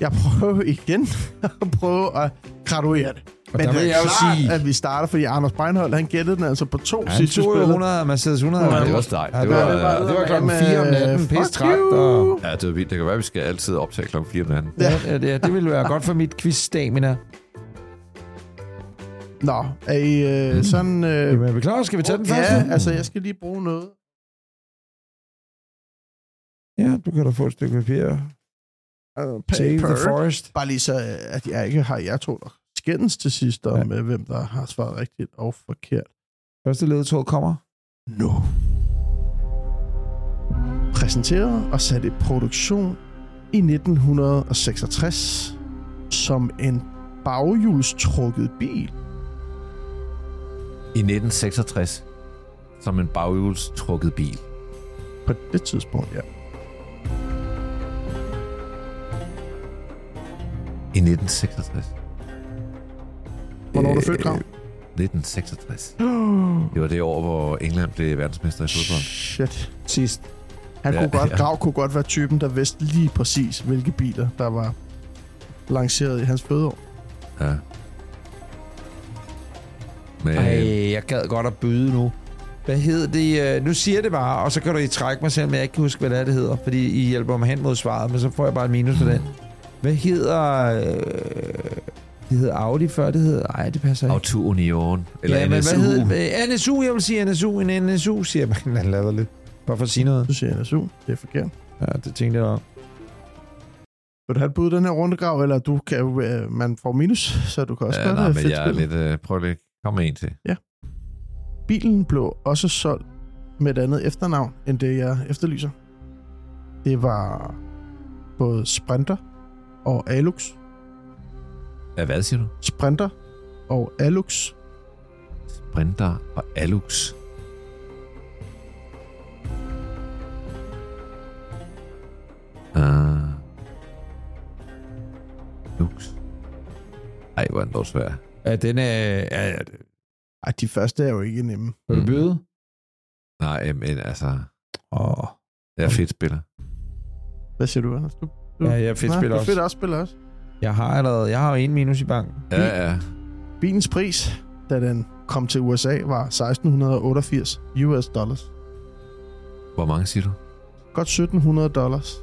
Speaker 3: Jeg prøver igen at prøve at graduere det.
Speaker 2: Og der vil jeg jo
Speaker 3: klart,
Speaker 2: sige-
Speaker 3: at vi starter, fordi Anders Breinholt, han gættede den altså på to
Speaker 2: Ja,
Speaker 3: ja,
Speaker 2: han
Speaker 3: sidste
Speaker 2: tog jo
Speaker 3: spil.
Speaker 2: 100, Mercedes 100.
Speaker 4: Ja,
Speaker 2: Ja,
Speaker 4: det var stejt.
Speaker 2: Ja,
Speaker 4: Det
Speaker 2: det
Speaker 4: var,
Speaker 2: var- øh,
Speaker 4: ja,
Speaker 2: det var klokken fire om natten, pisse tragt, og-
Speaker 4: ja, det var vildt. Det kan være, vi skal altid optage klokken 4 om natten.
Speaker 2: ja. ja, det, ja, det ville være godt for mit quiz-stamina.
Speaker 3: Øh, Nå, er I
Speaker 2: Mm.
Speaker 3: øh, sådan... Øh,
Speaker 2: Jamen, er vi klar? Skal vi tage den første?
Speaker 3: ja, altså jeg skal lige bruge noget.
Speaker 2: Ja, du kan da få et stykke papir.
Speaker 3: Uh,
Speaker 2: Save the forest.
Speaker 3: Bare lige så, øh, at jeg ikke har jer to, der skændes til sidst om, ja. hvem der har svaret rigtigt og forkert.
Speaker 2: Første ledetog kommer.
Speaker 3: Nu. Præsenteret og sat i produktion i 1966 som en baghjulstrukket bil.
Speaker 4: I 1966, som en baghjulstrukket bil.
Speaker 3: På det tidspunkt, ja.
Speaker 4: I 1966.
Speaker 3: Hvornår er du født, Grav?
Speaker 4: 1966. Det var det år, hvor England blev verdensmester i fodbold.
Speaker 3: Shit.
Speaker 2: Sidst.
Speaker 3: Han
Speaker 4: Ja,
Speaker 3: ja, kunne godt,
Speaker 4: ja.
Speaker 3: ja. Grav kunne godt være typen, der vidste lige præcis, hvilke biler, der var lanceret i hans fødeår.
Speaker 4: Ja. Men,
Speaker 2: Ej, jeg gad godt at byde nu. Hvad hed det? øh, Nu siger jeg det bare, og så kan du i trække mig selv, men jeg ikke kan huske, hvad det er, det hedder, fordi I hjælper mig hen mod svaret, men så får jeg bare et minus for den. Hvad hedder... Øh, det hed Audi før, det hed... Ej, det passer ikke.
Speaker 4: Auto Union. Eller
Speaker 2: ja,
Speaker 4: ja,
Speaker 2: men
Speaker 4: NSU.
Speaker 2: hvad hed det? Øh, NSU, jeg vil sige NSU. En NSU, siger man. Han lader lidt. Bare for at sige noget.
Speaker 3: Så siger jeg NSU. Det er forkert.
Speaker 2: Ja, det tænkte jeg om.
Speaker 3: Vil du have et bud i den her rundegrav, eller du kan, jo, øh, man får minus, så du kan også
Speaker 4: Ja,
Speaker 3: gøre
Speaker 4: nej,
Speaker 3: det.
Speaker 4: men
Speaker 3: Fedt
Speaker 4: jeg er
Speaker 3: spil.
Speaker 4: lidt... Øh, prøv lige. Kom med en til.
Speaker 3: Bilen blev også solgt med et andet efternavn, end det jeg efterlyser. Det var både Sprinter og Alux.
Speaker 4: Ja, hvad siger du?
Speaker 3: Sprinter og Alux.
Speaker 4: Sprinter og Alux. Ah. Ej, hvor er den dog svær.
Speaker 2: Ja, den er... Ja, ja, det-
Speaker 3: Ej, de første er jo ikke nemme.
Speaker 2: vil du
Speaker 4: Mm.
Speaker 2: byde?
Speaker 4: Nej, men altså,
Speaker 2: Åh.
Speaker 4: jeg er fedt spiller.
Speaker 3: Hvad siger du, Anders? Du, du,
Speaker 2: Ja, jeg er fedt
Speaker 3: Nej,
Speaker 2: spiller
Speaker 3: du
Speaker 2: også.
Speaker 3: Fedt også spiller også.
Speaker 2: Jeg har allerede... Jeg har jo en minus i banken.
Speaker 4: Ja, ja.
Speaker 3: Bilens pris, da den kom til USA, var 1688 US dollars.
Speaker 4: Hvor mange siger du?
Speaker 3: Godt 1700 dollars.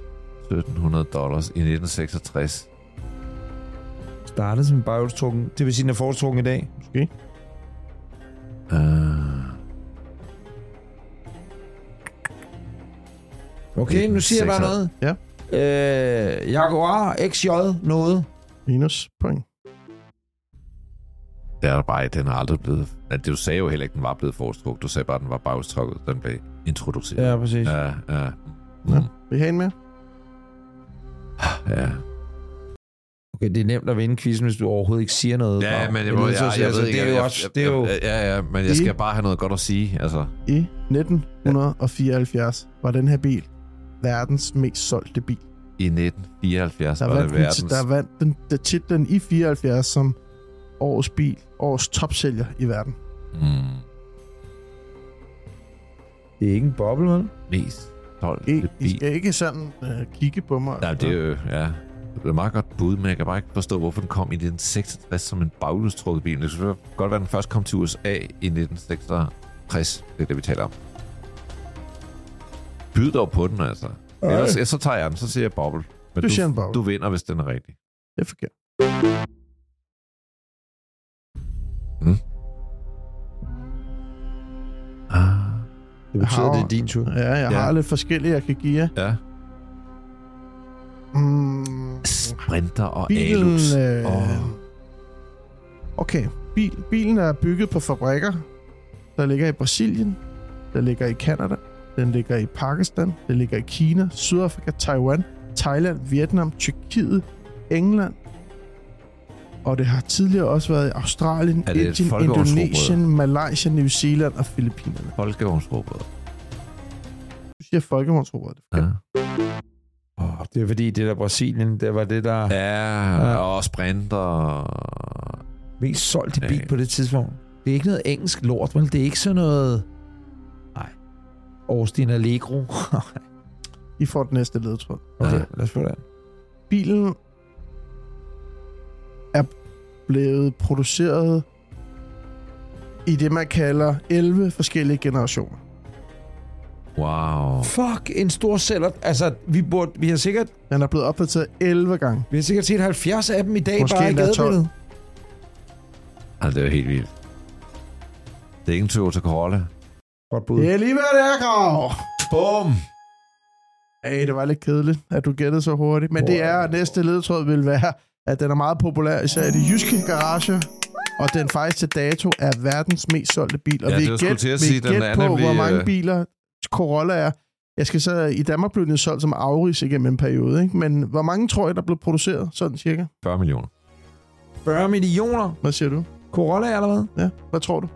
Speaker 4: 1700 dollars i 1966.
Speaker 2: Startede som en baghjulstrukken. Det vil sige, den er forstrukken i dag.
Speaker 3: Måske.
Speaker 4: Uh,
Speaker 2: Okay, nu siger jeg bare noget.
Speaker 3: Ja.
Speaker 2: Øh, Jaguar XJ noget.
Speaker 3: Minus point.
Speaker 4: det er der bare ikke. Den er aldrig blevet... Ja, det du sagde jo heller ikke, den var blevet forstrugt. Du sagde bare, den var bagstrukket. Den blev introduceret.
Speaker 2: Ja, præcis.
Speaker 4: Ja, ja.
Speaker 3: Ja.
Speaker 4: Mm,
Speaker 3: Vil I have en mere?
Speaker 4: ja.
Speaker 2: Okay, det er nemt at vinde quizzen, hvis du overhovedet ikke siger noget.
Speaker 4: Ja,
Speaker 2: Bare-
Speaker 4: men jeg,
Speaker 2: er
Speaker 4: må,
Speaker 2: nødt
Speaker 4: jeg,
Speaker 2: til at
Speaker 4: jeg,
Speaker 2: sige,
Speaker 4: jeg
Speaker 2: altså,
Speaker 4: ved ikke,
Speaker 2: det er
Speaker 4: jeg-
Speaker 2: jo også...
Speaker 4: jeg-
Speaker 2: Det er jo...
Speaker 4: jeg- Ja, ja, men jeg
Speaker 3: I-
Speaker 4: skal bare have noget godt at sige. Altså,
Speaker 3: I 1974 var den her bil verdens mest solgte bil.
Speaker 4: i 1974
Speaker 3: Der
Speaker 4: var det
Speaker 3: vandt,
Speaker 4: verdens...
Speaker 3: den, der vandt den, der titlen i 74 som årets bil, årets topsælger i verden.
Speaker 4: mm,
Speaker 2: Det er ikke en boble, vel?
Speaker 4: mest 12
Speaker 3: I, I
Speaker 4: bil.
Speaker 3: skal ikke sådan øh, kigge på mig.
Speaker 4: Nej, det er jo... Ja. Det er et meget godt bud, men jeg kan bare ikke forstå, hvorfor den kom i 1966 som en baglustrukket bil. Det skulle godt være, at den først kom til USA i 1966. Det er det, vi taler om. Byd dog på den, altså. Ellers, ellers så tager jeg den, så siger jeg boble. Men
Speaker 3: Du siger en boble.
Speaker 4: Du vinder, hvis den er rigtig.
Speaker 3: Det er forkert.
Speaker 4: Ah,
Speaker 2: Det betyder,
Speaker 3: Har-
Speaker 2: det er din tur.
Speaker 3: Ja, jeg
Speaker 4: Ja.
Speaker 3: har lidt forskellige, jeg kan give jer.
Speaker 4: ja.
Speaker 3: Mm,
Speaker 4: Sprinter og
Speaker 3: bilen...
Speaker 4: Alus.
Speaker 3: Øh,
Speaker 4: Åh.
Speaker 3: Okay, bil, bilen er bygget på fabrikker, der ligger i Brasilien, der ligger i Kanada, den ligger i Pakistan, den ligger i Kina, Sydafrika, Taiwan, Thailand, Vietnam, Tyrkiet, England, og det har tidligere også været i Australien,
Speaker 4: Er det et
Speaker 3: Indien,
Speaker 4: folkevognsrugbrød?
Speaker 3: Indonesien, Malaysia, New Zealand og Filippinerne.
Speaker 4: Folkevognsrobot.
Speaker 3: Du siger folkevognsrobot.
Speaker 4: Ja.
Speaker 2: Oh, det er fordi, det der Brasilien, det var det, der ja.
Speaker 4: ja,
Speaker 2: Ja.
Speaker 4: og sprinter.
Speaker 2: mest solgte
Speaker 4: Ja.
Speaker 2: bil på det tidspunkt. Det er ikke noget engelsk lort, vel? Det er ikke sådan noget... Nej. Austin Allegro.
Speaker 3: I får den næste ledtråd.
Speaker 2: okay,
Speaker 4: Ja.
Speaker 2: lad os få det.
Speaker 3: bilen er blevet produceret i det, man kalder 11 forskellige generationer.
Speaker 4: Wow.
Speaker 2: Fuck, en stor sælger. Altså, vi, burde, vi, har sikkert,
Speaker 3: Den er blevet opdateret 11 gange.
Speaker 2: vi har sikkert set 70 af dem i dag,
Speaker 3: Måske
Speaker 2: Måske bare i
Speaker 3: endda 12.
Speaker 2: gadebilledet.
Speaker 4: Altså, det er jo helt vildt. Det er ikke en Toyota Corolla.
Speaker 2: Godt bud.
Speaker 3: Det er lige hvad det er, Grav!
Speaker 4: Bum!
Speaker 3: Ej, det var lidt kedeligt, at du gættede så hurtigt. Men det er, at næste ledtråd vil være, at den er meget populær, især i de jyske garager. Og den faktisk til dato er verdens mest solgte bil. Og
Speaker 4: Ja,
Speaker 3: vi
Speaker 4: det var skulle
Speaker 3: gæt,
Speaker 4: til at
Speaker 3: vi
Speaker 4: sige, den
Speaker 3: gæt
Speaker 4: er
Speaker 3: på,
Speaker 4: nemlig,
Speaker 3: hvor mange
Speaker 4: øh,
Speaker 3: biler Corolla er. Jeg skal så, i Danmark blev den jo solgt som afrigs igennem en periode, ikke? men hvor mange tror I, der blev produceret, sådan cirka?
Speaker 4: 40 millioner.
Speaker 2: 40 millioner
Speaker 3: Hvad siger du?
Speaker 2: Corolla, eller hvad?
Speaker 3: Ja, hvad tror du?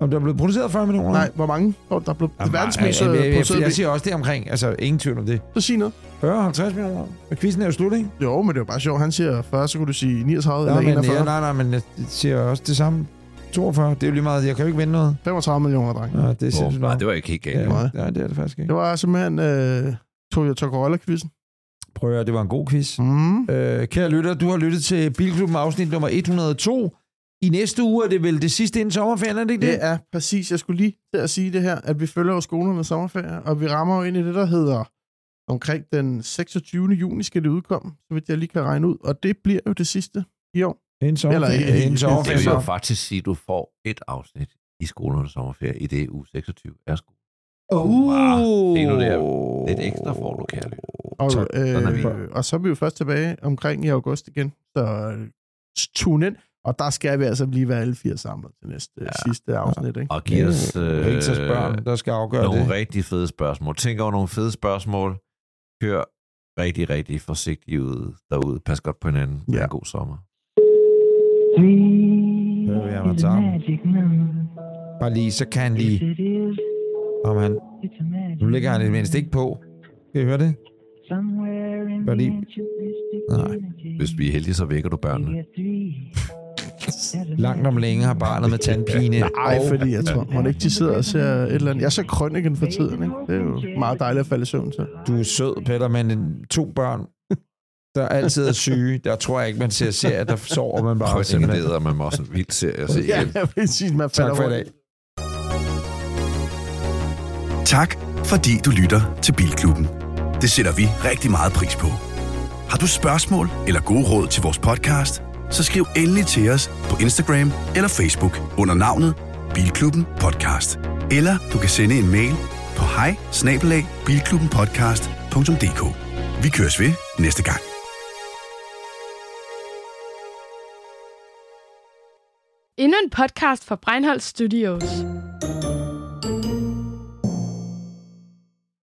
Speaker 2: Om der er blevet produceret 40 millioner?
Speaker 3: Nej, hvor mange tror du, der blev Jamen, verdens mest
Speaker 2: jeg,
Speaker 3: solgte
Speaker 2: jeg, jeg, jeg
Speaker 3: produceret bil?
Speaker 2: siger også det omkring. Altså, ingen tvivl om det.
Speaker 3: Så sig noget.
Speaker 2: 40-50 millioner. Og quizzen er jo slut, ikke?
Speaker 3: Jo, men det er jo bare sjovt. Han siger 40, så kunne du sige 39
Speaker 2: Nå,
Speaker 3: eller
Speaker 2: men, ja,
Speaker 3: 41.
Speaker 2: nej, nej, men jeg siger også det samme. 42, det er jo lige meget. Jeg kan jo ikke vinde noget.
Speaker 3: 35 millioner, dreng.
Speaker 2: Nå, det er
Speaker 4: Bum.
Speaker 2: sindssygt
Speaker 4: Nej,
Speaker 2: meget.
Speaker 4: det var ikke helt galt.
Speaker 2: ja,
Speaker 4: Ja.
Speaker 3: meget.
Speaker 2: nej, det er det faktisk ikke.
Speaker 3: Det var simpelthen øh, Toyota Corolla-quizzen.
Speaker 2: Prøv at høre, det var en god quiz.
Speaker 4: Mm-hmm.
Speaker 3: Mm.
Speaker 2: Øh, kære lytter, du har lyttet til Bilklubben afsnit nummer 102. I næste uge er det vel det sidste inden sommerferien, er det ikke det?
Speaker 3: Det er præcis, jeg skulle lige til at sige det her, at vi følger jo skolerne sommerferie, og vi rammer jo ind i det, der hedder omkring den 26. juni skal det udkomme, så vidt jeg lige kan regne ud, og det bliver jo det sidste i år.
Speaker 2: Inden sommerferien.
Speaker 3: Eller i- i-
Speaker 2: inden
Speaker 4: Jeg
Speaker 2: sommerferien.
Speaker 4: vil jo
Speaker 2: så.
Speaker 4: faktisk sige, at du får et afsnit i skolernes sommerferie i det uge 26. Er sko.
Speaker 2: Uh,
Speaker 4: Det er nu der. Lidt ekstra får du, kære lytter.
Speaker 3: Og,
Speaker 2: Tak.
Speaker 4: Sådan er
Speaker 3: øh, og så er vi jo først tilbage omkring i august igen, så øh, tune ind, og der skal vi altså lige være alle fire samlet til næste ja. sidste afsnit, ikke?
Speaker 4: Og giv os øh,
Speaker 2: Ritas børn, der skal afgøre
Speaker 4: nogle
Speaker 2: det.
Speaker 4: rigtig fede spørgsmål. Tænk over nogle fede spørgsmål. Kør rigtig, rigtig forsigtigt ud derude. Pas godt på hinanden. Ja.
Speaker 3: Ja.
Speaker 4: En god sommer.
Speaker 5: Three
Speaker 2: There we are,
Speaker 5: is
Speaker 2: that's
Speaker 5: a
Speaker 2: all.
Speaker 5: magic number.
Speaker 2: Bare lige, så kan han
Speaker 5: Yes,
Speaker 2: lige.
Speaker 5: it is.
Speaker 2: Om han,
Speaker 5: It's a magic
Speaker 2: nu lægger han et
Speaker 5: number.
Speaker 2: mindst ikke på. Kan I høre det?
Speaker 5: Somewhere in
Speaker 2: Fordi-
Speaker 5: the ancient
Speaker 2: Nej,
Speaker 5: mystic unity,
Speaker 4: Hvis vi er heldige, så vækker du
Speaker 5: you
Speaker 4: børnene.
Speaker 5: get three.
Speaker 2: Langt om længe har barnet med tandpine.
Speaker 3: Ej,
Speaker 2: og-
Speaker 3: fordi jeg tror, man ikke de sidder og ser et eller andet. Jeg så Krønningen for tiden, ikke? Det er jo meget dejligt at falde i søvn til.
Speaker 2: Du er sød, Peter, men en- to børn, der altid er syge, der tror jeg ikke, man ser serier, der sover man bare.
Speaker 4: Krønningen
Speaker 2: simpelthen.
Speaker 4: ned, og man må også en vild serie Altså, at se.
Speaker 3: Ja,
Speaker 4: igen.
Speaker 3: præcis. Man falder
Speaker 2: Tak for i dag.
Speaker 3: rundt.
Speaker 1: Tak, fordi du lytter til Bilklubben. Det sætter vi rigtig meget pris på. Har du spørgsmål eller gode råd til vores podcast, så skriv endelig til os på Instagram eller Facebook under navnet Bilklubben Podcast. Eller du kan sende en mail på hej Vi køres ved næste gang.
Speaker 7: Endnu en podcast fra Breinholt Studios.